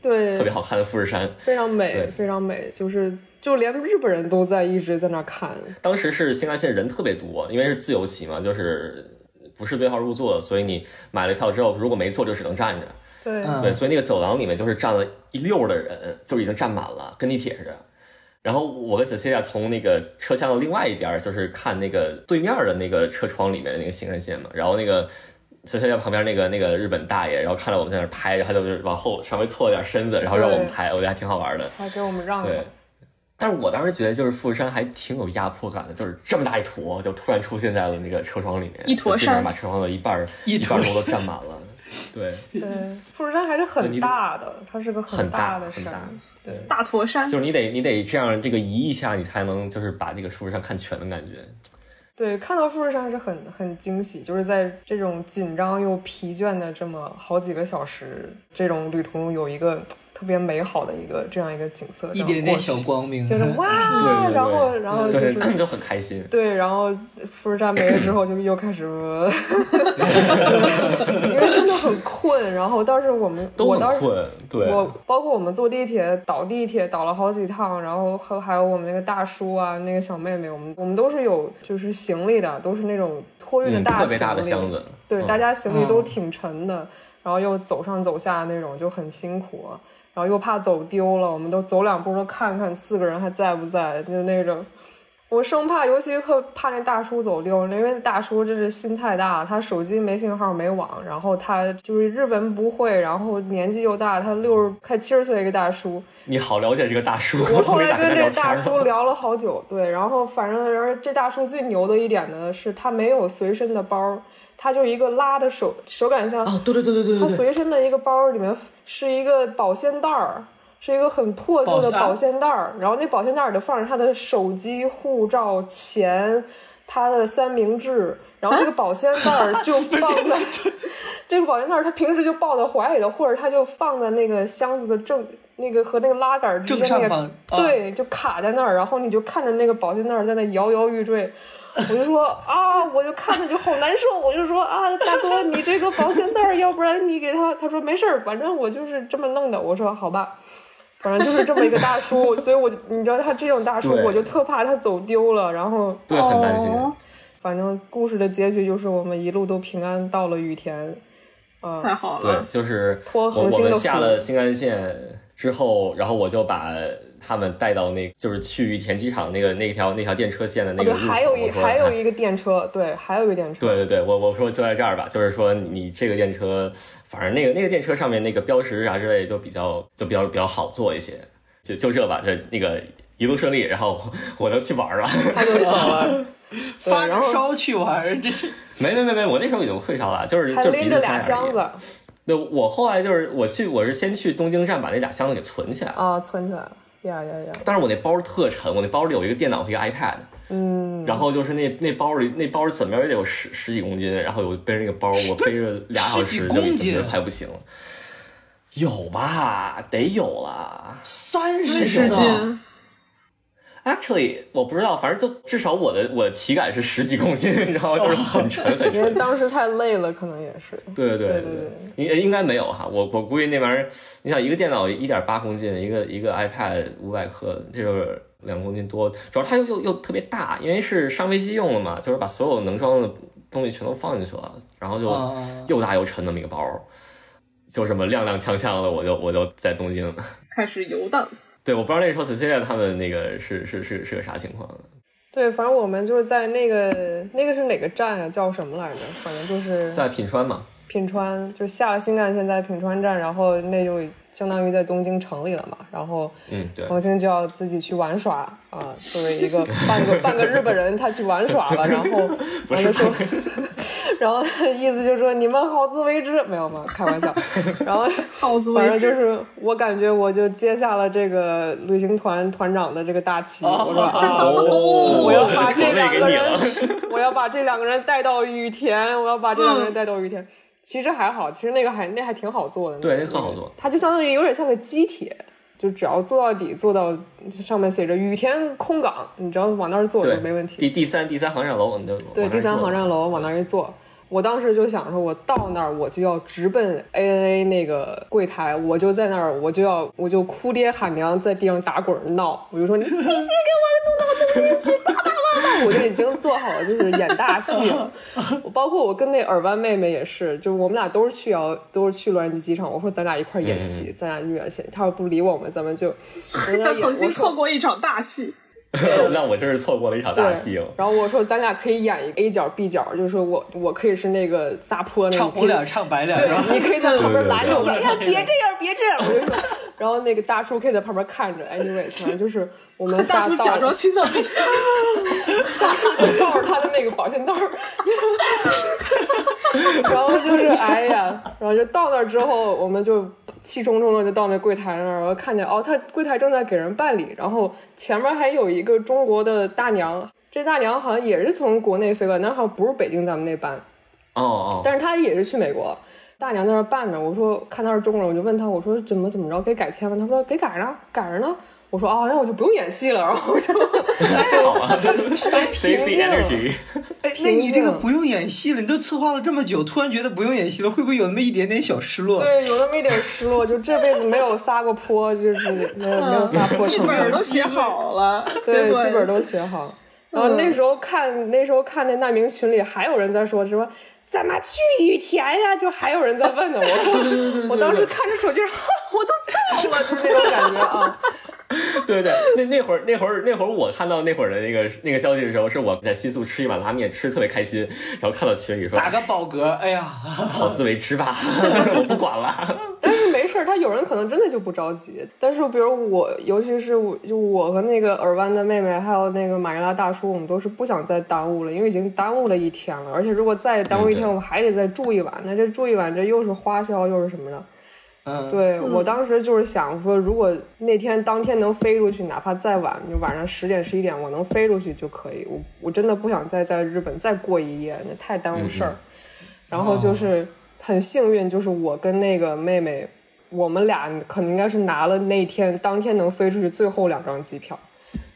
E: 对
C: 特别好看的富士山。
E: 非常美
C: 对
E: 非常美，就是就连日本人都在一直在那儿看，
C: 当时是新干线人特别多，因为是自由席嘛，就是不是对号入座的，所以你买了票之后，如果没坐就只能站着。
E: 对
A: 嗯
C: 对，所以那个走廊里面就是站了一溜儿的人，就已经站满了，跟地铁似的。然后我跟 Cecilia 从那个车厢的另外一边儿，就是看那个对面儿的那个车窗里面的那个新干线嘛。然后那个 Cecilia 旁边那个那个日本大爷，然后看到我们在那儿拍，然后他就是往后稍微错了点儿身子，然后让我们
E: 对嗯
C: 拍，我觉得还挺好玩的。
E: 还给我们让
C: 对
E: 了。，
C: 但是我当时觉得就是富士山还挺有压迫感的，就是这么大一坨就突然出现在了那个车窗里面，
B: 一坨
C: 就基本上
B: 山
C: 把车窗的一半儿
A: 一
C: 半儿
A: 坨
C: 多都
A: 山
C: 占满了。对，
E: 对，富士山还是很大的，它是个
C: 很
E: 大的
C: 很
E: 山
C: 大。
E: 对，
B: 大驼 山
C: 就是你得你得这样这个移一下，你才能就是把这个树上看全的感觉。
E: 对，看到富士山是很很惊喜，就是在这种紧张又疲倦的这么好几个小时这种旅途中，有一个特别美好的一个这样一个景色，
A: 一点点小嗯光明。
E: 然后过去，就是
C: 对 对
E: 哇，
C: 对，
E: 然后然后就
C: 对
E: 是
C: 那你就很开心。
E: 对，然后富士山没了之后，就 又 开始， 因为真的很困。然后当时我们，
C: 都
E: 我
C: 很
E: 当时
C: 困，对，嗯
E: 我包括我们坐地铁倒地铁倒了好几趟，然后还还有我们那个大叔啊，那个小妹妹，我们我们都是有就是行李的，都是那种托运的
C: 嗯，特别
E: 行李，
C: 大的箱子，
E: 对，
C: 嗯
E: 大家行李都挺沉的，然后又走上走下那种就很辛苦，然后又怕走丢了，我们都走两步都看看四个人还在不在，就那种。我生怕，尤其特怕那大叔走丢，因为大叔这是心太大，他手机没信号没网，然后他就是日文不会，然后年纪又大，他六十快七十岁一个大叔，
C: 你好了解这个大叔。
E: 我后
C: 没
E: 来
C: 咋
E: 跟
C: 他
E: 这
C: 聊
E: 大
C: 天
E: 叔
C: 了，
E: 聊了好久，对，然后反正而这大叔最牛的一点呢，是他没有随身的包，他就一个拉着手手感箱，
C: 啊，对对对对
E: 他
C: 对对，
E: 随身的一个包里面是一个保鲜袋儿，是一个很破旧的
A: 保
E: 保鲜袋儿，然后那保鲜袋儿里放着他的手机、护照、钱。他的三明治，然后这个保鲜袋儿就放在这个保鲜袋儿，他平时就抱在怀里的，或者他就放在那个箱子的正那个和那个拉杆儿之
A: 正
E: 间那
A: 上
E: 个
A: 方，啊，
E: 对，就卡在那儿，然后你就看着那个保鲜袋儿在那摇摇欲坠，我就说啊，我就看着就好难受，我就说啊，大哥，你这个保鲜袋儿，要不然你给他，他说没事儿，反正我就是这么弄的，我说好吧。反正就是这么一个大叔，所以我就你知道他这种大叔，
C: 对
E: 我就特怕他走丢了。然后，
C: 对，很担心。
B: 哦
E: 反正故事的结局就是我们一路都平安到了羽田。啊、
B: 太好
C: 对
B: 了，，
C: 就是
E: 托
C: 我
E: 恒
C: 我
E: 星的
C: 们
E: 福
C: 下了新干线之后，然后我就把他们带到那，就是去羽田机场那个那条那条电车线的那
E: 哦，
C: 个
E: 对，
C: 入口。
E: 还有一
C: 我说
E: 还有
C: 哎
E: 一个电车，对，还有一个电车，
C: 对对对，我我说就在这儿吧，就是说你你这个电车，反正那个那个电车上面那个标识啊啥之类就比较就比较比较好做一些，就就这吧，这那个一路顺利，然后我我就去玩了。
E: 他就走了，对
A: 发
E: 然
A: 着
E: 后
A: 烧去玩，这是
C: 没没没没，我那时候已经退烧了， 就是
E: 还
C: 就是鼻
E: 拎
C: 子
E: 着
C: 塞
E: 俩
C: 而已
E: 箱子
C: 对，我后来就是我去，我是先去东京站把那俩箱子给存起来了。
E: 啊，存起来了，呀呀呀，
C: 但是我那包特沉，我那包里有一个电脑和一个 iPad，
E: 嗯，
C: 然后就是那那包里那包怎么样也得有十十几公斤，然后我背着那个包，我背着俩小
A: 十
C: 时
A: 几
C: 就已
A: 公
C: 经
A: 斤
C: 觉得快不行了，有吧，得有啦。
A: 三
B: 没
A: 十
B: 使
A: 斤
B: 劲，
A: 啊！
C: Actually，我不知道，反正就至少我的我的体感是十几公斤， 然后就是很沉很
E: 因
C: 沉。
E: 为当时太累了，可能也是，
C: 对对
E: 对对
C: 对，应应该没有哈，我我估计那玩意儿，你想一个电脑一点八公斤，一个一个 iPad 五百克，这就是两公斤多，主要它又又又特别大，因为是上飞机用的嘛，就是把所有能装的东西全都放进去了，然后就
E: 哦
A: 啊
C: 又大又沉那么一个包，就这么踉踉跄跄的，我就我就在东京。
B: 开始游荡。
C: 对，我不知道那时候 Cecilia 他们那个是是是是个啥情况，
E: 对，反正我们就是在那个那个是哪个站啊，叫什么来着？反正就是
C: 在品川嘛，
E: 品川，就下了新干线在品川站，然后那就相当于在东京城里了嘛。然后
C: 嗯，对，
E: 恒星就要自己去玩耍啊、作为一个 半个半个日本人，他去玩耍了。然后
C: 不
E: 完
C: 是
E: 了说， 然后他的意思就是说你们好自为之，没有吗？开玩笑。然后
B: 好自为
E: 反正
B: 之
E: 就是我感觉我就接下了这个旅行团团长的这个大旗，我说啊。
C: 哦
E: 我要把这
C: 驼
E: 两
C: 背给
E: 个
C: 你了
E: 人。，我要把这两个人带到雨田，我要把这两个人带到雨田。其实还好，其实那个还那还挺好做的。
C: 对，那
E: 个
C: 特好做。
E: 它就相当于有点像个机铁，就只要坐到底，坐到上面写着雨田空港，你只要往那儿坐
C: 对
E: 就没问题。
C: 第第三第三航站楼，你就往
E: 对，
C: 那儿
E: 第三
C: 坐
E: 航站楼往那儿一坐，我当时就想说，我到那儿我就要直奔 ANA 那个柜台，我就在那儿，我就要我就哭爹喊娘在地上打滚儿闹，我就说你必须给我弄到我东西去，叭叭叭叭，我就已经做好了就是演大戏 了。我包括我跟那耳湾妹妹也是，就是我们俩都是去要都是去洛杉矶机场，我说咱俩一块儿
C: 嗯
E: 演戏，咱俩一块儿演戏，她要不理我们，咱们就 我跟她
B: 但
E: 演，
B: 恒
E: 我
B: 星
E: 说
B: 错过一场大戏，
C: 那我真是错过了一场大
E: 对，
C: 戏哦。
E: 然后我说咱俩可以演一个 A 角 B 角，就是说我我可以是那个撒泼那个，
A: 唱红脸，唱白脸，是吧
E: 对，你可以在旁边拦着我，哎
A: 对对对
E: 呀别这样别这样，我就说。然后那个大叔可以在旁边看着，anyway，反正就是我们
B: 大
E: 仨
B: 叔
E: 到
B: 假装亲的，
E: 大叔就抱着他的那个保鲜袋儿， 然后就是哎呀，然后就到那儿之后，我们就气冲冲的就到那柜台那儿，然后看见哦，他柜台正在给人办理，然后前面还有一个中国的大娘，这大娘好像也是从国内飞过来，但是好像不是北京咱们那班，
C: 哦哦，
E: 但是她也是去美国。大娘在那儿办着，我说看她是中国人，我就问她，我说怎么怎么着给改签吗？她说给改了，改着呢。我说哦，那我就不用演戏了，然后我就
C: 太好了 ，safety
E: 静
C: energy，
A: 哎，那你这个不用演戏了，你都策划了这么久，突然觉得不用演戏了，会不会有那么一点点小失 落？
E: 对，有那么一点失落，就这辈子没有撒过泼，就是没 有没 有撒泼
B: 剧
E: 成
B: 本
E: 功，
B: 都写好了，
E: 对，
B: 结果
E: 剧本都写好。然后那时候看，那时候看那难民群里还有人在说什么。怎么去雨田呀？就还有人在问呢。我说，我当时看着手机上，哈我都 到了，就是那种感觉 啊。
C: 对对，那那会儿那会儿那会儿我看到那会儿的那个那个消息的时候，是我在新宿吃一碗拉面，吃的特别开心，然后看到群里说
A: 打个饱嗝，哎呀，
C: 好自为之吧， 我不管了。
E: 但是没事儿，他有人可能真的就不着急。但是比如我，尤其是我，就我和那个耳湾的妹妹，还有那个马尼拉大叔，我们都是不想再耽误了，因为已经耽误了一天了。而且如果再耽误一
C: 嗯
E: 天，
C: 对
E: 我们还得再住一晚，那这住一晚，这又是花销又是什么的。
A: 嗯，
E: 对我当时就是想说，如果那天当天能飞出去，哪怕再晚，就晚上十点十一点，我能飞出去就可以。我我真的不想再在日本再过一夜，那太耽误事
C: 嗯
E: 儿。然后就是很幸运，就是我跟那个妹妹，我们俩可能应该是拿了那天当天能飞出去最后两张机票。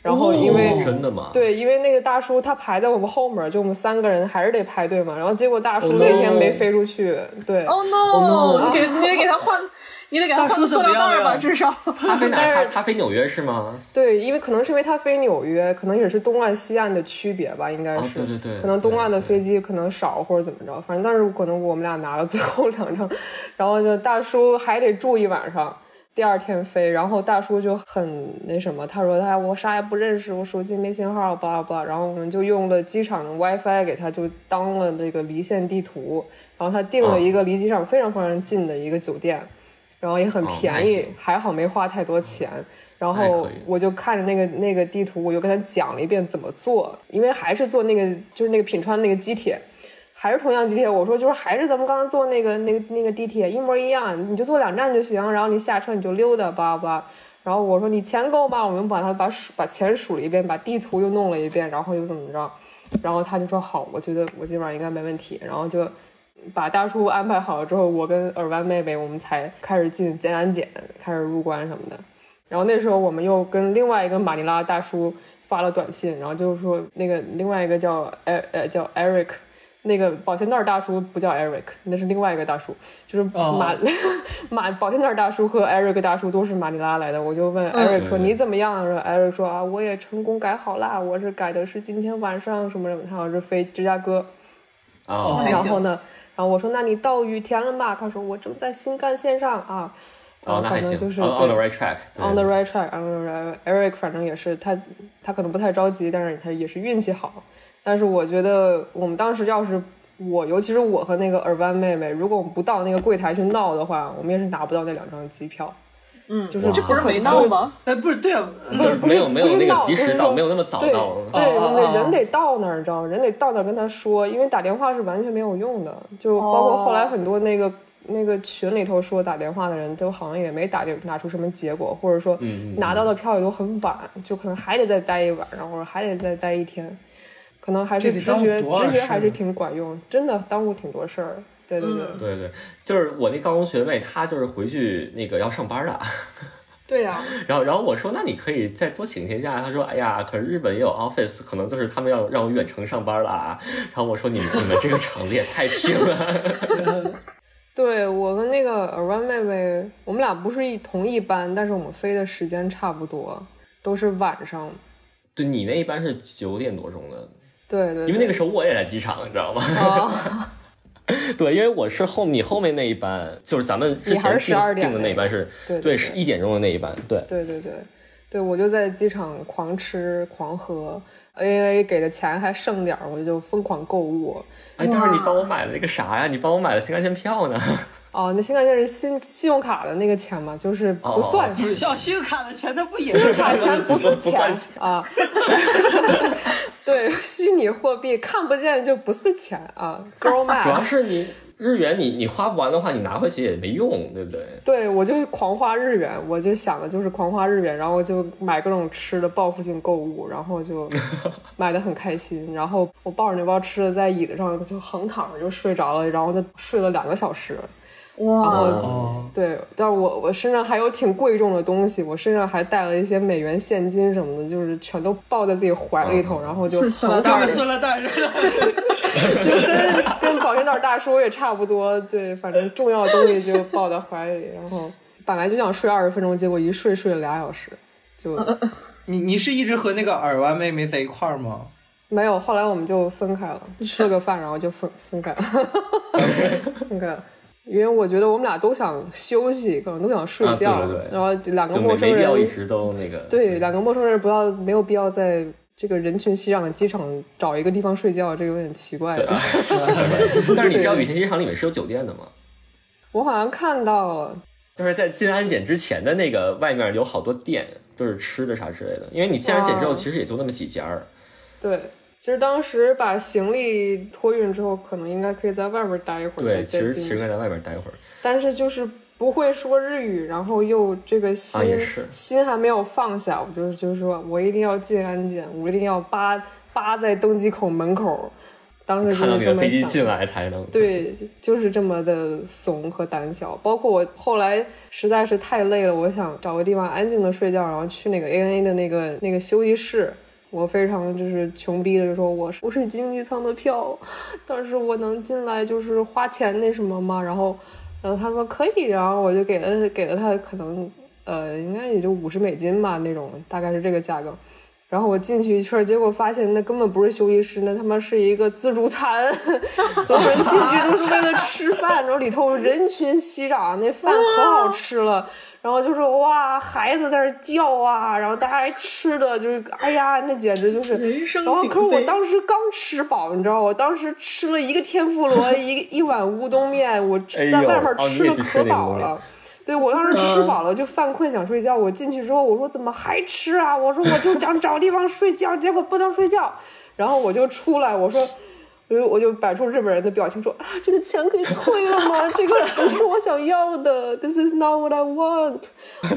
E: 然后因为、
A: 哦
C: 真的吗？
E: 对，因为那个大叔他排在我们后面，就我们三个人还是得排队嘛。然后结果大叔那天没飞出去，对。
B: Oh no！你给你得给他换，你得给他换个塑料袋儿吧，
A: 大叔怎
B: 至少。
C: 他飞哪儿？
E: 但
C: 他
E: 是
C: 他飞纽约是吗？
E: 对，因为可能是因为它飞纽约，可能也是东岸西岸的区别吧，应该
C: 哦
E: 是。
C: 对对对
E: 可能东岸的
C: 对对
E: 飞机可能少或者怎么着，反正 但是可能我们俩拿了最后两张，然后就大叔还得住一晚上。第二天飞，然后大叔就很那什么，他说他我啥也不认识，我手机没信号，巴拉巴拉。然后我们就用了机场的 WiFi 给他就当了这个离线地图，然后他订
C: 哦
E: 了一个离机场非常非常近的一个酒店，然后也很
C: 哦
E: 便
C: 那
E: 宜，
C: 还行
E: 还好没花太多钱。然
C: 那还
E: 后
C: 可以
E: 我就看着那个那个地图，我就跟他讲了一遍怎么做，因为还是坐那个就是那个品川那个机铁，还是同样机铁。我说就是还是咱们刚刚坐那个那个那个地铁一模一样，你就坐两站就行，然后你下车你就溜达吧吧。然后我说你钱够吗？我们把它把数把钱数了一遍，把地图又弄了一遍，然后又怎么着？然后他就说好，我觉得我今晚应该没问题。然后就把大叔安排好了之后，我跟耳湾妹妹我们才开始进检安检，开始入关什么的。然后那时候我们又跟另外一个马尼拉大叔发了短信，然后就是说那个另外一个叫呃呃叫 Eric，那个保鲜袋大叔不叫 Eric，那是另外一个大叔，就是
A: 哦
E: 马、 马保鲜袋大叔和 Eric 大叔都是马尼拉来的。我就问
B: 嗯
E: Eric 说
C: 对
E: 你怎么样？然后 Eric 说啊我也成功改好啦，我是改的是今天晚上什么什么，他好像是飞芝加哥。
A: 哦
C: 哦，
A: 还
E: 然
A: 行
E: 后呢，然后我说那你到羽田了吗？他说我正在新干线上啊。
C: 哦，那还
E: 反
C: 行
E: 正就是
C: ，on on the
E: 对
C: right track，对
E: on the right track on the right Eric 反正也是他他可能不太着急，但是他也是运气好。但是我觉得我们当时要是我，尤其是我和那个耳湾妹妹，如果我们不到那个柜台去闹的话，我们也是拿不到那两张机票。
B: 嗯，
E: 就是
C: 哇
E: 这
B: 这不是
E: 可
B: 没闹？吗？
A: 哎，不是，对啊，
C: 就是没有
E: 不是
C: 没有那
E: 闹
C: 个及
E: 就是
C: 时到，
E: 说
C: 没有那么早
E: 对
C: 到。啊
E: 对，
A: 哦哦哦
E: 那人得到那儿，你知道吗？人得到那儿跟他说，因为打电话是完全没有用的。就包括后来很多那个、那个群里头说打电话的人，都好像也没打电拿出什么结果，或者说
C: 嗯嗯嗯
E: 拿到的票也都很晚，就可能还得再待一晚，然后还得再待一天。可能还是
A: 这得
E: 直觉，
A: 耽误多少
E: 直觉还
A: 事
E: 是
A: 儿
E: 挺管用，真的耽误挺多事儿。对对对，
B: 嗯
C: 对对，就是我那高中学妹，她就是回去那个要上班了，
E: 对呀、
C: 然后然后我说那你可以再多请一天假，她说哎呀，可是日本也有 office，可能就是他们要让我远程上班了啊。然后我说你们你们这个场子也太拼了，
E: 对我跟那个耳湾妹妹，我们俩不是一同一班，但是我们飞的时间差不多，都是晚上。
C: 对你那一般是九点多钟的，
E: 对对，
C: 因为那个
E: 对
C: 时候我也在机场，你知道吗？
E: 啊，
C: 对，因为我是后你后面那一班，就是咱们之
E: 你还
C: 前
E: 是
C: 定
E: 12点
C: 定的那一班是
E: 那个对对
C: 对
E: 对
C: 是一点钟的那一班，对。
E: 对对对对，我就在机场狂吃狂喝，A A 给的钱还剩点儿，我就疯狂购物。
C: 哎，但是你帮我买了那个啥呀？你帮我买了新干线票 呢？
E: 哦，那新干线是信信用卡的那个钱嘛，就是不算
C: 哦
A: 不是像信用卡的钱，它不也
E: 信用
A: 是
E: 卡钱不是
C: 不算
E: 钱啊， 对，虚拟货币看不见就不是钱啊 ，girl
C: 主要
E: math。
C: 是你日元你你花不完的话，你拿回去也没用，对不对？
E: 对，我就狂花日元，我就想的就是狂花日元，然后就买各种吃的，报复性购物，然后就买的很开心。然后我抱着那包吃的在椅子上就横躺着就睡着了，然后就睡了两个小时。
B: 哇，
A: 哦，
E: 对，但是我我身上还有挺贵重的东西，我身上还带了一些美元现金什么的，就是全都抱在自己怀里头，然后就
B: 塑料
E: 横
B: 袋
A: 他
E: 躺
A: 们
E: 着，
A: 塑料袋似的，
E: 就跟跟保险袋大叔也差不多。对，反正重要的东西就抱在怀里，然后本来就想睡二十分钟，结果一睡睡了俩小时，就
A: 你你是一直和那个耳湾妹妹在一块儿吗？
E: 没有。后来我们就分开了，吃了个饭，然后就分 分开了，分开了。因为我觉得我们俩都想休息，可能都想睡
C: 啊对
E: 觉，
C: 对对
E: 然后两个
C: 就没
E: 陌生
C: 没必
E: 人
C: 要一直都那个。
E: 对，两个陌生人不要没有必要在这个人群熙攘的机场找一个地方睡觉，这个有点奇怪
C: 对
E: 的。
C: 啊。但是你知道羽田机场里面是有酒店的吗？
E: 我好像看到了，
C: 就是在进安检之前的那个外面有好多店，就是吃的啥之类的。因为你进安检之后，
E: 哇
C: 其实也就那么几家儿。
E: 对，其实当时把行李托运之后，可能应该可以在外边待一会儿再
C: 对，其
E: 再
C: 实其实应
E: 进，
C: 该在外面待一会儿。
E: 但是就是。不会说日语，然后又这个心、
C: 啊也是
E: 心还没有放下，我就是就是说我一定要进安检，我一定要扒扒在登机口门口。当时
C: 看
E: 就
C: 到
E: 是
C: 你
E: 这
C: 的
E: 么
C: 飞机
E: 想
C: 进来才能。
E: 对，就是这么的怂和胆小。包括我后来实在是太累了，我想找个地方安静的睡觉，然后去那个 ANA 的那个那个休息室。我非常就是穷逼的说，我是我是经济舱的票， 但是我能进来就是花钱那什么吗？然后，然后他说可以，然后我就给了给了他可能呃应该也就五十美金吧那种，大概是这个价格。然后我进去一圈，结果发现那根本不是休息室，那他妈是一个自助餐， 所有人进去都是为了吃饭，然后里头人群熙攘，那饭可
B: 嗯
E: 好吃了。然后就是哇，孩子在那儿叫啊，然后大家还吃的就是，哎呀，那简直就是
B: 人生
E: 然后
B: 鼎
E: 可是我
B: 沸
E: 当时刚吃饱，你知道，我当时吃了一个天妇罗，一一碗乌冬面，我
C: 哎呦
E: 在外面
C: 哦你
E: 吃
C: 也
E: 的
C: 去吃
E: 可
C: 那个乌
E: 饱
C: 冬面
E: 了。 对，我当时吃饱
C: 嗯
E: 了就犯困想睡觉。我进去之后，我说怎么还吃啊？我说我就想找地方睡觉，结果不能睡觉。然后我就出来，我说，我就我就摆出日本人的表情说啊，这个钱可以退了吗？这个不是我想要的，This is not what I want。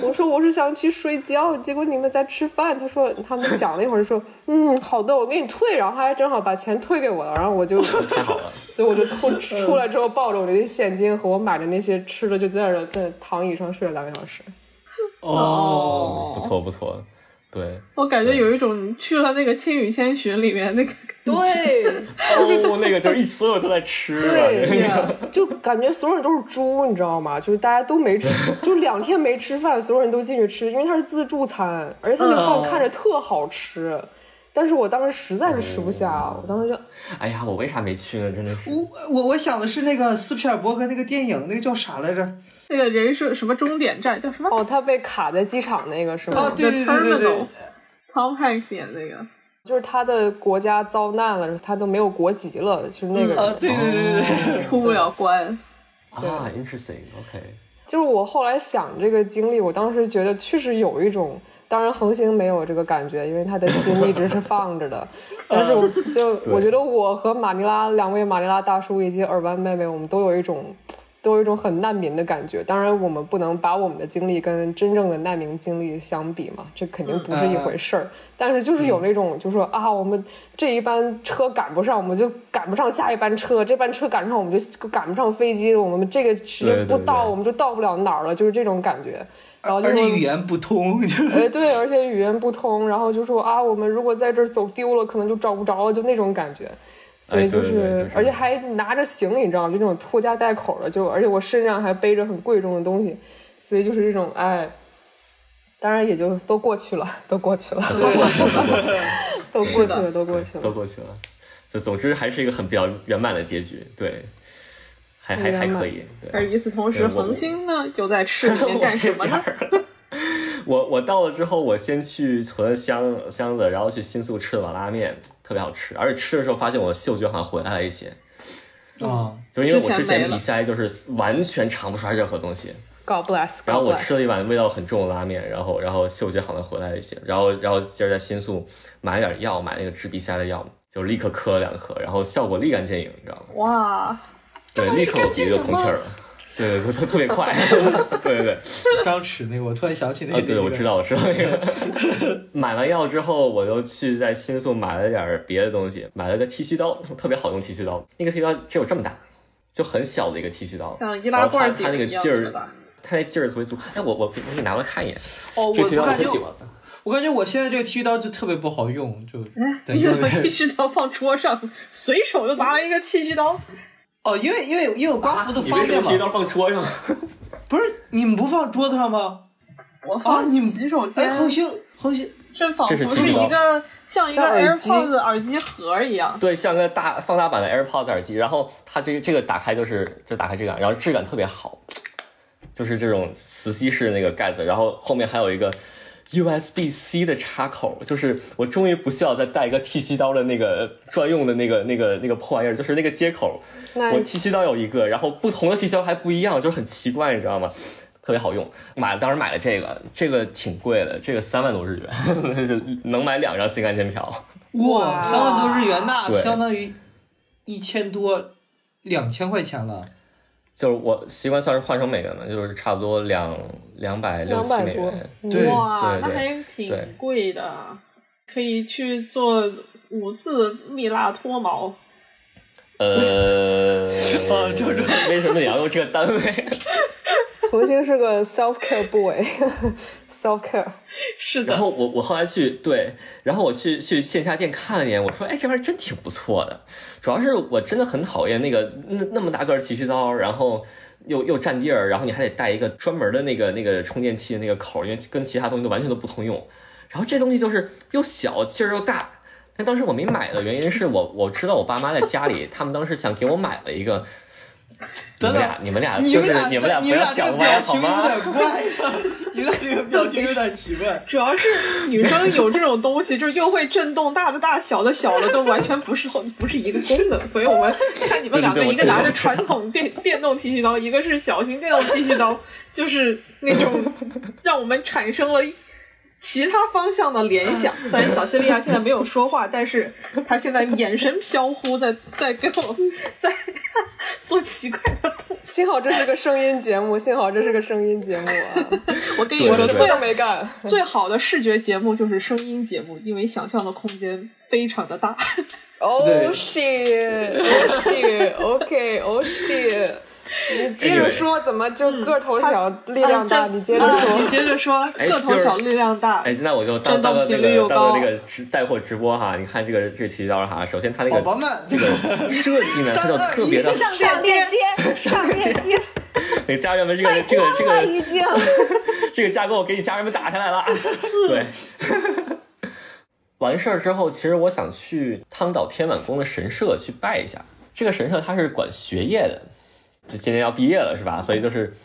E: 我说我是想去睡觉，结果你们在吃饭。他说他们想了一会儿说，嗯，好的，我给你退。然后他还正好把钱退给我了，然后我就
C: 太好了，
E: 所以我就 突出来之后抱着我的那现金和我买的那些吃的，就在那儿在躺椅上睡了两个小时。
A: 哦
C: 嗯不
B: 哦
C: 错不错，对，
B: 我感觉有一种你去了那个《千与千寻》里面那个，
E: 对
C: 哦，那个就是一所有都在吃啊，
E: 对
B: 呀，
E: 就感觉所有人都是猪，你知道吗？就是大家都没吃，就两天没吃饭，所有人都进去吃，因为它是自助餐，而且它那饭看着特好吃。但是我当时实在是吃不下，我当时就
C: 哎呀，我为啥没去呢？真的是，
A: 我我我想的是那个斯皮尔伯格那个电影，那个叫啥来着？
B: 那个人是什么终点站叫什么
E: 哦，他被卡在机场那个是
A: 啊，
E: 吗？
A: 对对对对对
B: Terminal，？Tom Hanks 演那个，
E: 就是他的国家遭难了，他都没有国籍了，就是那个人。
A: 啊，对对对对对。
B: 出不了关。
E: 哦
C: 啊，interesting，OK，
E: 就是我后来想这个经历，我当时觉得确实有一种，当然恒星没有这个感觉，因为他的心一直是放 着的。但是我
C: 嗯
E: 就我觉得我和马尼拉两位马尼拉大叔以及耳湾妹妹，我们都有一种。都有一种很难民的感觉，当然我们不能把我们的经历跟真正的难民经历相比嘛，这肯定
C: 嗯
E: 不是一回事儿。但是就是有那种，就说啊，我们这一班车赶不上，我们就赶不上下一班车；这班车赶不上，我们就赶不上飞机；我们这个时间不
C: 对对
E: 到，
C: 对
E: 我们就到不了哪儿了，就是这种感觉。然后就
A: 而且语
E: 是，
A: 言不通，就
E: 哎，对，而且语言不通，然后就说啊，我们如果在这儿走丢了，可能就找不着了，就那种感觉。所以
C: 哎
E: 就
C: 对
E: 是，
C: 对对就是
E: 而且还拿着行李，你知道吗？就那种拖家带口的，就而且我身上还背着很贵重的东西，所以就是这种哎，当然也就都过去了，都过去了， 都过去了，都过去了，
C: 都过去了，就总之还是一个很比较圆满的结局，对，还还还
E: 很圆满
C: 可以，对。
B: 而与此同时，
C: 哎对我
B: 恒星呢就在吃里面
C: 我
B: 干什
C: 这
B: 么
C: 边
B: 呢？
C: 儿我我到了之后，我先去存了箱箱子，然后去新宿吃的碗拉面，特别好吃。而且吃的时候发现我的嗅觉好像回来了一些，
A: 啊，
C: 就因为我
B: 之前没
C: 之前
B: 了
C: 鼻塞就是完全尝不出来任何东西。
E: God bless，God bless。
C: 然后我吃了一碗味道很重的拉面，然后然后嗅觉好像回来了一些，然后然后接着在新宿买了点药，买那个治鼻塞的药，就立刻嗑了两颗，然后效果立竿见影，你知道吗？
B: 哇，
C: 对，立刻我鼻子就通气儿了，对对对，特别快， 对对对。
A: 张弛那个，我突然想起那
C: 啊，
A: 个，
C: 对，我知。道，我知道那个。 买完药之后，我又去在新宿买了点儿别的东西，买了个剃须刀，特别好用剃须刀。那个剃须刀只有这么大，就很小的一个剃须刀。
B: 像易
C: 然
B: 拉
C: 后它
B: 罐
C: 它
B: 顶
C: 那个
B: 一样
C: 劲
B: 的
C: 儿，
B: 吧？
C: 它那劲儿特别足。哎，我我我给你拿过来看一眼，
A: 哦，我
C: 这个
A: 我
C: 剃
A: 感
C: 须刀我很
A: 觉
C: 喜欢。
A: 我感觉我现在这个剃须刀就特别不好用，就 对，
B: 你
A: 因
B: 怎么剃
A: 为
B: 须刀放桌上，随手就拿了一个剃须刀？
A: 哦，因为因为因为我刮胡子
C: 啊你
A: 方
C: 为什
A: 便
C: 么剃须
A: 嘛，
C: 刀放桌上？
A: 不是你们不放桌子上吗？
B: 我
A: 啊，
B: 放
A: 你们
B: 洗手
A: 哎，
B: 间，
A: 恒星恒星
B: 这仿佛
C: 这是剃
B: 是
C: 须刀
B: 一 个像一个
E: 像耳机
B: AirPods 耳机盒一样。
C: 对，像个大放大版的 AirPods 耳机，然后它这个这个打开就是就打开这个，然后质感特别好，就是这种磁吸式的那个盖子，然后后面还有一个 USB C 的插口，就是我终于不需要再带一个剃须刀的那个专用的那个那个那个破玩意儿，就是那个接口，
E: 那
C: 我剃须刀有一个，然后不同的剃须刀还不一样，就是很奇怪，你知道吗？特别好用，买当时买了这个，这个挺贵的，这个三万多日元， 就能买两张新干线票。
A: 哇，
E: 哇
A: 三万多日元，那
C: 对
A: 相当于一千多两千块钱了。
C: 就是我习惯算是换成美元嘛，就是差不多两两百六七
E: 200
C: 美
E: 多
C: 元。
A: 对
B: 哇，
C: 对
B: 那
C: 对
B: 还
C: 对
B: 挺贵的，可以去做五次蜜蜡脱毛。
C: 呃，
A: 啊这这
C: 为什么你要用这个单位？
E: 恒星是个 self care boy，self care。
B: 是
C: 然
B: 的，
C: 后我我后来去对，然后我去去线下店看了一眼，我说哎这玩意儿真挺不错的，主要是我真的很讨厌那个那那么大个儿剃须刀，然后又又占地儿，然后你还得带一个专门的那个那个充电器的那个口儿，因为跟其他东西都完全都不通用。然后这东西就是又小劲儿又大。但当时我没买的原因是我我知道我爸妈在家里，他们当时想给我买了一个。你
A: 等
C: 们
A: 等
C: 俩，你们俩
A: 你
C: 就
A: 们
C: 是
A: 俩，
C: 你们俩不
A: 你们
C: 要
A: 俩这个
C: 想歪
A: 表
C: 好
A: 情有
C: 吗？
A: 点怪呀，你俩这个表情有点奇怪。
B: 主要是女生有这种东西，就是又会震动大的大小的小的都完全不是同不是一个功能，所以我 们看你们两个，
C: 对对对
B: 一个拿着
C: 我知道
B: 传统电电动剃须刀，一个是小型电动剃须刀， 就是那种让我们产生了。其他方向的联 想，虽然小西利亚现在没有说话，但是她现在眼神飘忽在，在跟我在 做奇怪的动作。
E: 幸好这是个声音节目，幸好这是个声音节目啊！
B: 我跟你
C: 对
B: 说，
E: 我
C: 对
E: 这样没干，
B: 最好的视觉节目就是声音节目，因为想象的空间非常的大。
E: 哦
A: 对
E: shit，哦 shit，OK，哦 shit。你接着说，怎么就个头小、力量大？
B: 嗯
E: 你接着说。
B: 你接着说，
C: 哎
B: 个头小，
C: 就是
B: 力量大。
C: 哎，那我就当当个那
B: 震动频率又
C: 个当
B: 高
C: 个那个直带货直播哈，你看这个这个剃须刀哈，首先它那
A: 宝
C: 个
A: 宝们，
C: 这个设计呢，它就特别的，
E: 上链接，上链接，
C: 给家人们这个这个这个
E: 已经。
C: 这个架构给你家人们打下来了。对，完事儿之后，其实我想去汤岛天满宫的神社去拜一下。这个神社它是管学业的，就今年要毕业了是吧？所以就是，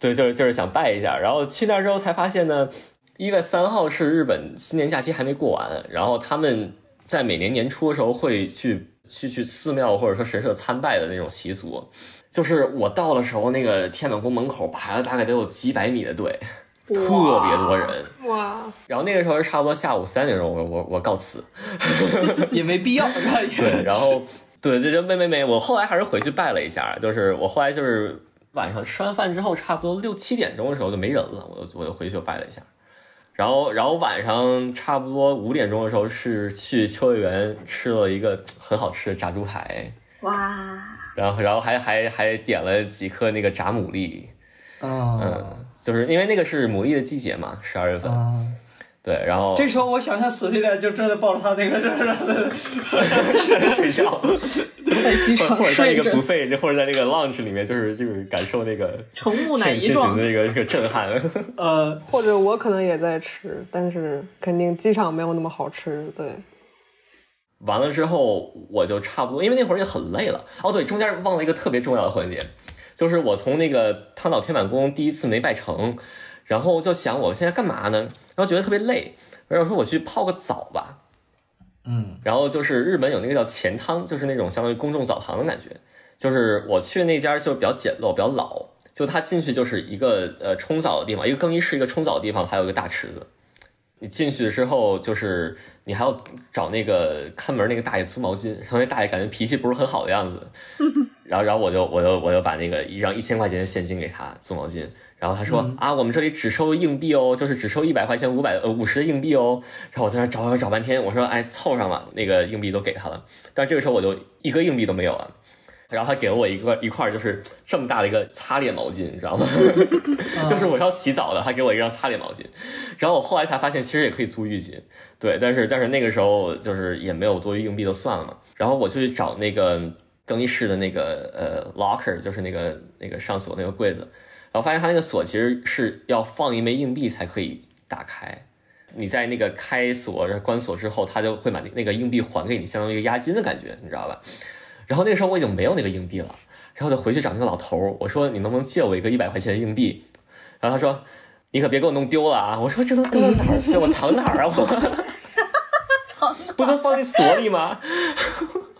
C: 对，就是就是想拜一下。然后去那儿之后才发现呢，一月三号是日本新年假期还没过完，然后他们在每年年初的时候会去去去寺庙或者说神社参拜的那种习俗。就是我到的时候，那个天满宫门口排了大概得有几百米的队，特别多人。
E: 哇，
C: 然后那个时候是差不多下午三点钟，我我我告辞。
A: 也没必要。
C: 对，
A: 对
C: 然后对，这就没没没，我后来还是回去拜了一下，就是我后来就是晚上吃完饭之后，差不多六七点钟的时候就没人了，我就我就回去拜了一下。然后，然后晚上差不多五点钟的时候是去秋叶原吃了一个很好吃的炸猪排，
B: 哇，
C: 然后然后还还还点了几颗那个炸牡蛎，
A: 嗯
C: 嗯，就是因为那个是牡蛎的季节嘛，十二月份，
B: 啊
A: 嗯，
C: 对，然后
A: 这时候我想象死对脸就正在抱着他那个事儿，
C: 睡 觉，
B: 在机
C: 或
B: 场
C: 或者在那
B: 睡
C: 个
B: 着，
C: buffet，或者在那个 lounge 里面，就是就是感受那个
B: 宠物奶
C: 现
B: 一
C: 现行
B: 状
C: 的。那个这个震撼。
A: 呃，
E: 或者我可能也在吃，但是肯定机场没有那么好吃。对，
C: 完了之后，我就差不多，因为那会儿也很累了。哦，对，中间忘了一个特别重要的环节，就是我从那个汤岛天满宫第一次没拜成，然后就想我现在干嘛呢？然后觉得特别累，然后说我去泡个澡吧。
A: 嗯，
C: 然后就是日本有那个叫钱汤，就是那种相当于公众澡堂的感觉。就是我去那家就比较简陋，比较老，就他进去就是一个呃冲澡的地方，一个更衣室，一个冲澡的地方，还有一个大池子。你进去之后，就是你还要找那个看门那个大爷租毛巾，然后那大爷感觉脾气不是很好的样子，然后然后我就我就我就把那个一张一千块钱的现金给他租毛巾，然后他说、啊，我们这里只收硬币哦，就是只收一百块钱、五百呃五十的硬币哦。然后我在那找找找半天，我说哎凑上了，那个硬币都给他了，但这个时候我就一个硬币都没有了。然后他给了我一个一块儿就是这么大的一个擦脸毛巾，你知道吗？ 就是我要洗澡的，他给我一张擦脸毛巾。然后我后来才发现，其实也可以租浴巾，对。但是但是那个时候就是也没有多余硬币，就算了嘛。然后我就去找那个更衣室的那个呃 locker，就是那个那个上锁那个柜子，然后发现它那个锁其实是要放一枚硬币才可以打开。你在那个开锁、然后关锁之后，它就会把那那个硬币还给你，相当于一个押金的感觉，你知道吧？然后那个时候我已经没有那个硬币了，然后就回去找那个老头儿，我说你能不能借我一个一百块钱的硬币？然后他说你可别给我弄丢了啊！我说这都丢到哪儿去？我 藏哪儿啊？我不都放进锁里吗？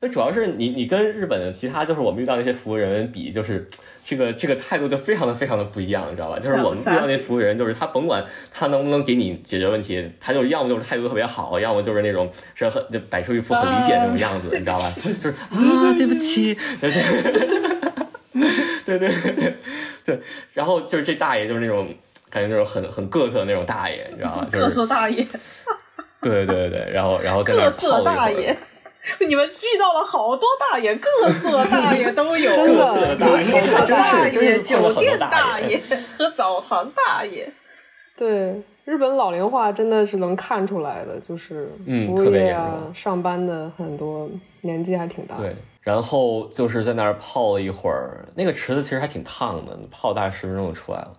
C: 那主要是你，你跟日本的其他就是我们遇到那些服务人员比，就是这个这个态度就非常的非常的不一样，你知道吧？就是我们遇到那服务人，就是他甭管他能不能给你解决问题，他就是要么就是态度特别好，要么就是那种是很就摆出一副很理解那
B: 嗯
C: 种样子，你知道吧？就是啊，对不起，对对对对对对，然后就是这大爷就是那种感觉那种很很各色的那种大爷，你知道吧？就
B: 各
C: 是
B: 色大爷，
C: 对对对，然后然后在那
B: 各
C: 儿
B: 色
C: 泡了一
B: 大
C: 会儿
B: 爷，你们遇到了好多大爷，各色大爷都 有，
E: 真的
C: 各色大
B: 游机场大
C: 爷真是
B: 爷、
C: 真是碰
B: 酒
C: 到很多
B: 店
C: 大爷
B: 爷和澡堂大爷。
E: 对，日本老龄化真的是能看出来的，就是
C: 嗯
E: 服务
C: 特别
E: 业
C: 严
E: 啊，
C: 重
E: 上班的很多年纪还挺大。
C: 对，然后就是在那儿泡了一会儿，那个池子其实还挺烫的，泡大概十分钟就出来了。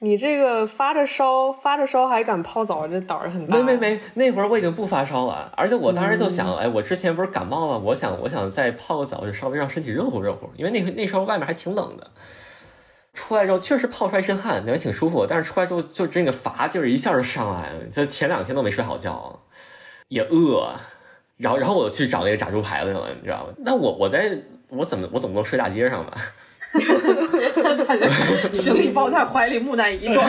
E: 你这个发着烧，发着烧还敢泡澡，这胆儿很大。
C: 没没没，那会儿我已经不发烧了，而且我当时就想，哎，我之前不是感冒了，我想我想再泡个澡，就稍微让身体热乎热乎，因为那那时候外面还挺冷的。出来之后确实泡出来身汗，感觉挺舒服，但是出来之后就这个乏劲儿一下就上来了，就前两天都没睡好觉，也饿，然后然后我去找那个炸猪排去了，你知道吗？那我我在我怎么我总不能睡大街上吧？
B: 他就行李抱在怀里，木乃伊状。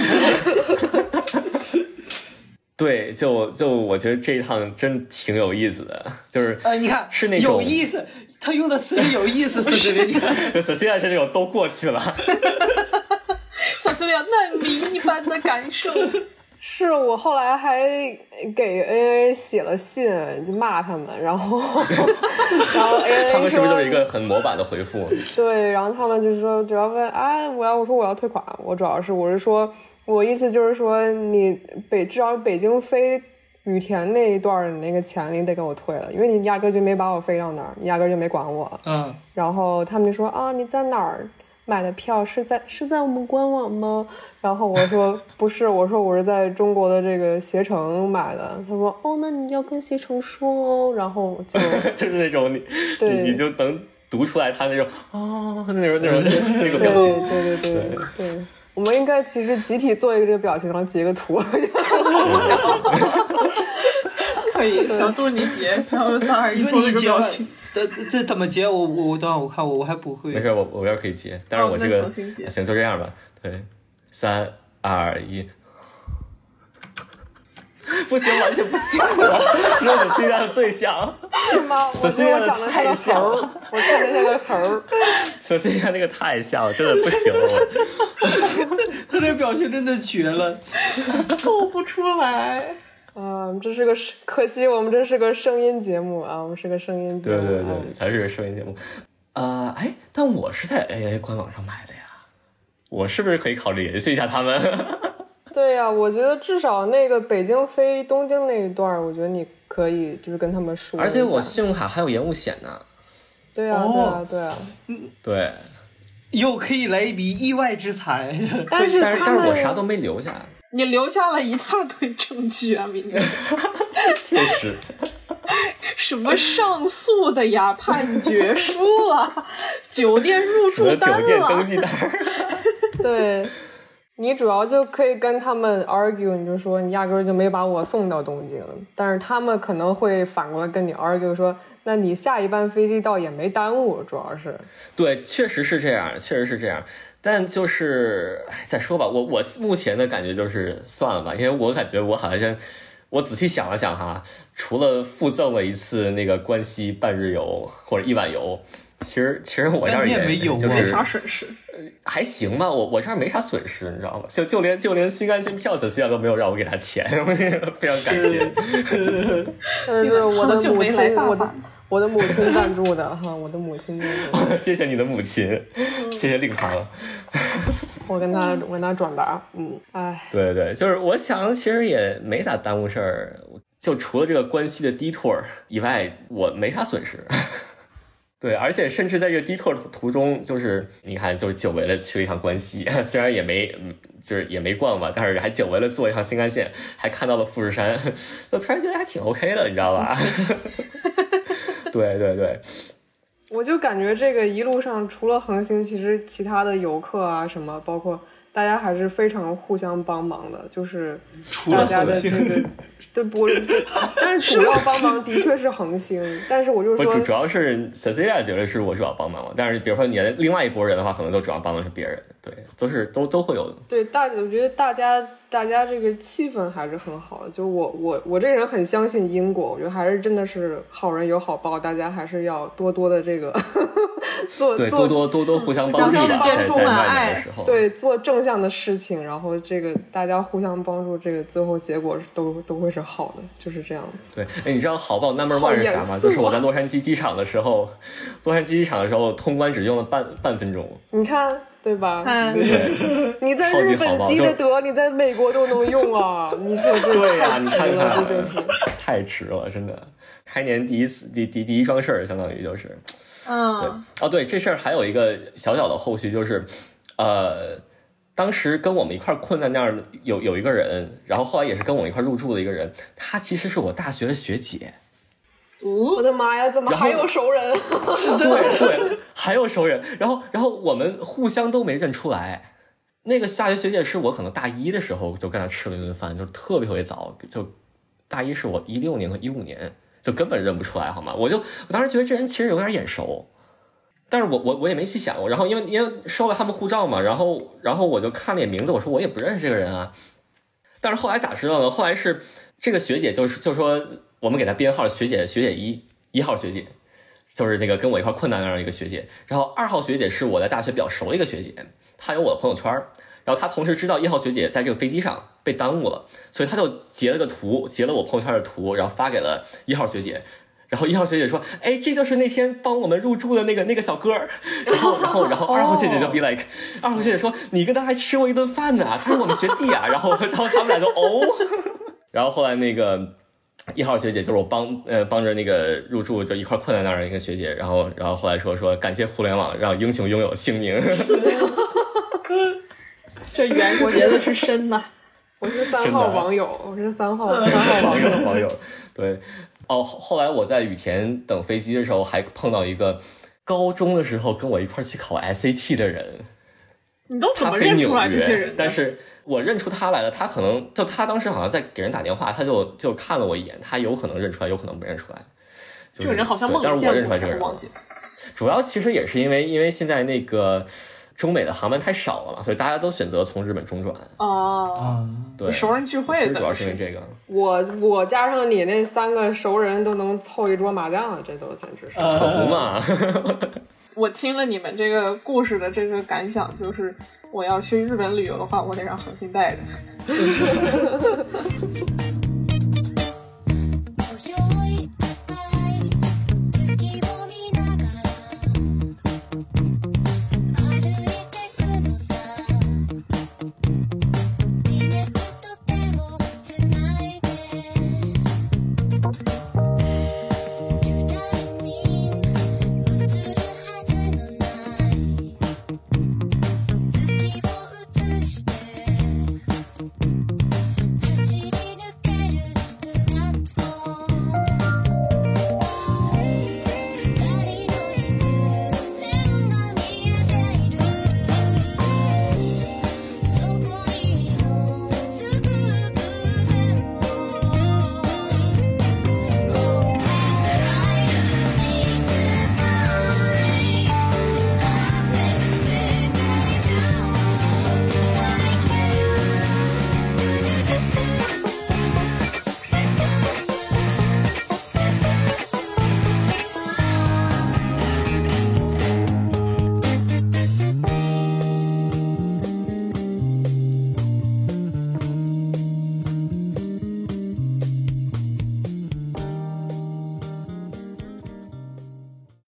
C: 对，就就我觉得这一趟真挺有意思的，就是
A: 呃，你看
C: 是那种
A: 有意思，他用的词是有意思，是 这里。你看，
C: c e c i 是那种都过去了，
B: 小司令，难民一般的感受。
E: 是我后来还给 A A 写了信，就骂他们，然后然后 A A
C: 他们是不是就是一个很模板的回复？
E: 对，然后他们就说主要问啊，我要我说我要退款，我主要是我是说，我意思就是说你北至少北京飞羽田那一段儿，你那个钱你得给我退了，因为你压根儿就没把我飞到那儿，你压根儿就没管我。
A: 嗯，
E: 然后他们就说啊，你在哪儿买的票？是在是在我们官网吗？然后我说不是，我说我是在中国的这个携程买的。他说哦，那你要跟携程说哦。然后我就
C: 就是那种你
E: 对
C: 你你就能读出来他那种哦那种 那种那种
E: 对
C: 表情。
E: 对对对对，我们应该其实集体做一个这个表情，然后截个图。
B: 可以，小杜你结，然后三二一
A: 你说
B: 做了
A: 你
B: 个
A: 结
B: 表情。，
A: 这这这怎么结？我我我等会儿我看我我还不会
C: 没。事，我我边可以接，但是我这
B: 哦那
C: 个、
B: 重新接
C: 行就这样吧。对，三二一， 不行，完全不行了， 跟 c e c i l 最像。
E: 是吗？我觉得我长得像个猴儿，
C: 啊
E: 我长得像个猴儿。
C: c e c i l 那个太像了，真的不行了。我
A: 他这表情真的绝了。
B: 做不出来。
E: 嗯，这是个声可惜，我们这是个声音节目啊，我们是个声音节
C: 对
E: 目。
C: 对
E: 嗯
C: 对，才是个声音节目。呃，哎，但我是在 AA 官网上买的呀，我是不是可以考虑联系一下他们？
E: 对呀、我觉得至少那个北京飞东京那一段儿，我觉得你可以就是跟他们说一下。
C: 而且我信用卡还有延误险呢。
E: 对呀、对呀、
A: 哦
E: 对啊呀、
C: 对，
A: 又可以来一笔意外之财，
E: 但是
C: 但是
E: 他
C: 但
E: 们
C: 是我啥都没留下，
B: 你留下了一大堆证据啊，明哥，
C: 确 实。
B: 什么上诉的呀，判决书 了，酒店入
C: 我
B: 住
C: 的酒
B: 单
C: 店登
B: 了，
C: 记单儿，
E: 对，你主要就可以跟他们 argue，你就说你压根儿就没把我送到东京，但是他们可能会反过来跟你 argue 说，那你下一班飞机到也没耽误，主要是
C: 对，确实是这样，确实是这样。但就是，哎，再说吧，我我目前的感觉就是算了吧，因为我感觉我好像，我仔细想了想哈，除了附赠了一次那个关西半日游或者一晚游，其实其实我这
A: 但
C: 儿
A: 你也
C: 也
A: 没游啊
C: 就
B: 没
C: 是
B: 啥损失。
C: 还行吧，我我这儿没啥损失，你知道吗？就就连就连新干线票小西亚都没有让我给他钱， 非常感谢。
E: 但是我
B: 好
E: 的
B: 久
E: 母
B: 没来
E: 亲，
B: 大阪
E: 我的我的母亲赞助的哈，我的母亲赞助 的，
C: 谢谢你的母亲，谢谢令堂。
E: 我跟她我跟她转达，嗯，哎，
C: 对对，就是我想其实也没咋耽误事儿，就除了这个关系的 detour 以外，我没啥损失。 对，而且甚至在这个 detour 途中，就是你看，就是久违了去了一趟关西， 虽然也没，嗯就是也没逛吧，但是还久违了坐一趟新干线，还看到了富士山，就突然觉得还挺 OK 的，你知道吧？ 对对对，
E: 我就感觉这个一路上除了恒星，其实其他的游客啊什么，包括大家还是非常互相帮忙的，就是
A: 除
E: 大
A: 了
E: 家
A: 恒
E: 的这个
A: 星，
E: 对不？但是主要帮忙的确是 恒星，但是我就
C: 不
E: 说
C: 主主要是 Cecilia 觉得是我主要帮忙嘛，但是比如说你的另外一拨人的话，可能都主要帮的是别人，对，都是都都会有的。
E: 对大，我觉得大家大家这个气氛还是很好的。就我我我这人很相信因果，我觉得还是真的是好人有好报，大家还是要多多的这个 做
C: 对，
E: 做
C: 多多多多互相帮助
E: 互
C: 吧，
E: 相
C: 在
E: 帮
B: 助
C: 在
B: 啊
C: 外面
B: 哎
C: 的时候，，
E: 对做正向的事情，然后这个大家互相帮助，这个最后结果是都都会是好的，就是这样子。
C: 对，哎，你知道好报 number
E: 好
C: one 是
E: 严
C: 啥吗？
E: 肃
C: 就是我在
E: 啊
C: 洛杉矶机场的时候，洛杉矶机场的时候通关只用了半半分钟，
E: 你看对吧？
B: 嗯，
E: 你在
C: 超级
E: 日
C: 好
E: 本
C: 报
E: 积
C: 就
E: 得德，你在美国都能用啊！你 说这
C: 对呀、
E: 太
C: 你
E: 值
C: 看
E: 了，
C: 看
E: 这真是。，
C: 太值了，真的。开年第一次第第第一桩事儿，相当于就是，对
B: 嗯，
C: 哦，对，这事儿还有一个小小的后续，就是，呃，当时跟我们一块儿困在那儿的有有一个人，然后后来也是跟我一块儿入住的一个人，她其实是我大学的学姐。
B: 哦
E: 我的妈呀，怎么
C: 然后
E: 还有熟人？
C: 对对，还有熟人，然后然后我们互相都没认出来。那个大学学姐是我可能大一的时候就跟她吃了一顿饭，就是特别特别早，就大一是我一六年和一五年，就根本认不出来，好吗？我就我当时觉得这人其实有点眼熟，但是我我我也没细想过。然后因为因为收了他们护照嘛，然后然后我就看了眼名字，我说我也不认识这个人啊。但是后来咋知道呢？后来是这个学姐就是就说我们给她编号学姐学姐一一号学姐，就是那个跟我一块困难那儿的一个学姐，然后二号学姐是我在大学比较熟的一个学姐，她有我的朋友圈儿，然后她同时知道一号学姐在这个飞机上被耽误了，所以她就截了个图，截了我朋友圈的图，然后发给了一号学姐。然后一号学姐说：“哎，这就是那天帮我们入住的那个那个小哥儿。”然后，然后，然后二号学姐就 be like，、二号学姐说：“你跟他还吃过一顿饭呢，他是我们学弟啊。”然后，然后他们俩就哦，然后后来那个一号学姐就是我帮呃帮着那个入住就一块儿困在那儿的一个学姐，然后然后后来说说感谢互联网让英雄拥有姓名，
B: 这缘结的是深呐、
E: 我是三
C: 真的
E: 号网友，我是 三号三号网
C: 网
E: 友。
C: 友网友，对，哦后后来我在羽田等飞机的时候还碰到一个高中的时候跟我一块儿去考 SAT 的人，
B: 你都怎
C: 他
B: 么
C: 飞
B: 认
C: 纽
B: 出来这些
C: 约
B: 人，？
C: 但。是我认出他来了，他可能就他当时好像在给人打电话，他就就看了我一眼，他有可能认出来，有可能没认出来。就
B: 这
C: 是
B: 个人好像
C: 对
B: 梦
C: 但
B: 里
C: 是
B: 见
C: 我
B: 过，
C: 认出来这个人
B: 忘
C: 了
B: 记。了。
C: 主要其实也是因为，因为现在那个中美的航班太少了嘛，所以大家都选择从日本中转。
B: 哦，
A: 嗯，
C: 对，
B: 熟人聚
C: 其
B: 会
C: 实主要
B: 的
C: 是因为这个。
E: 我我加上你那三个熟人都能凑一桌麻将了，这都简直是。
A: 呃
C: 可不嘛，
B: 我听了你们这个故事的这个感想，就是我要去日本旅游的话，我得让恒星带着。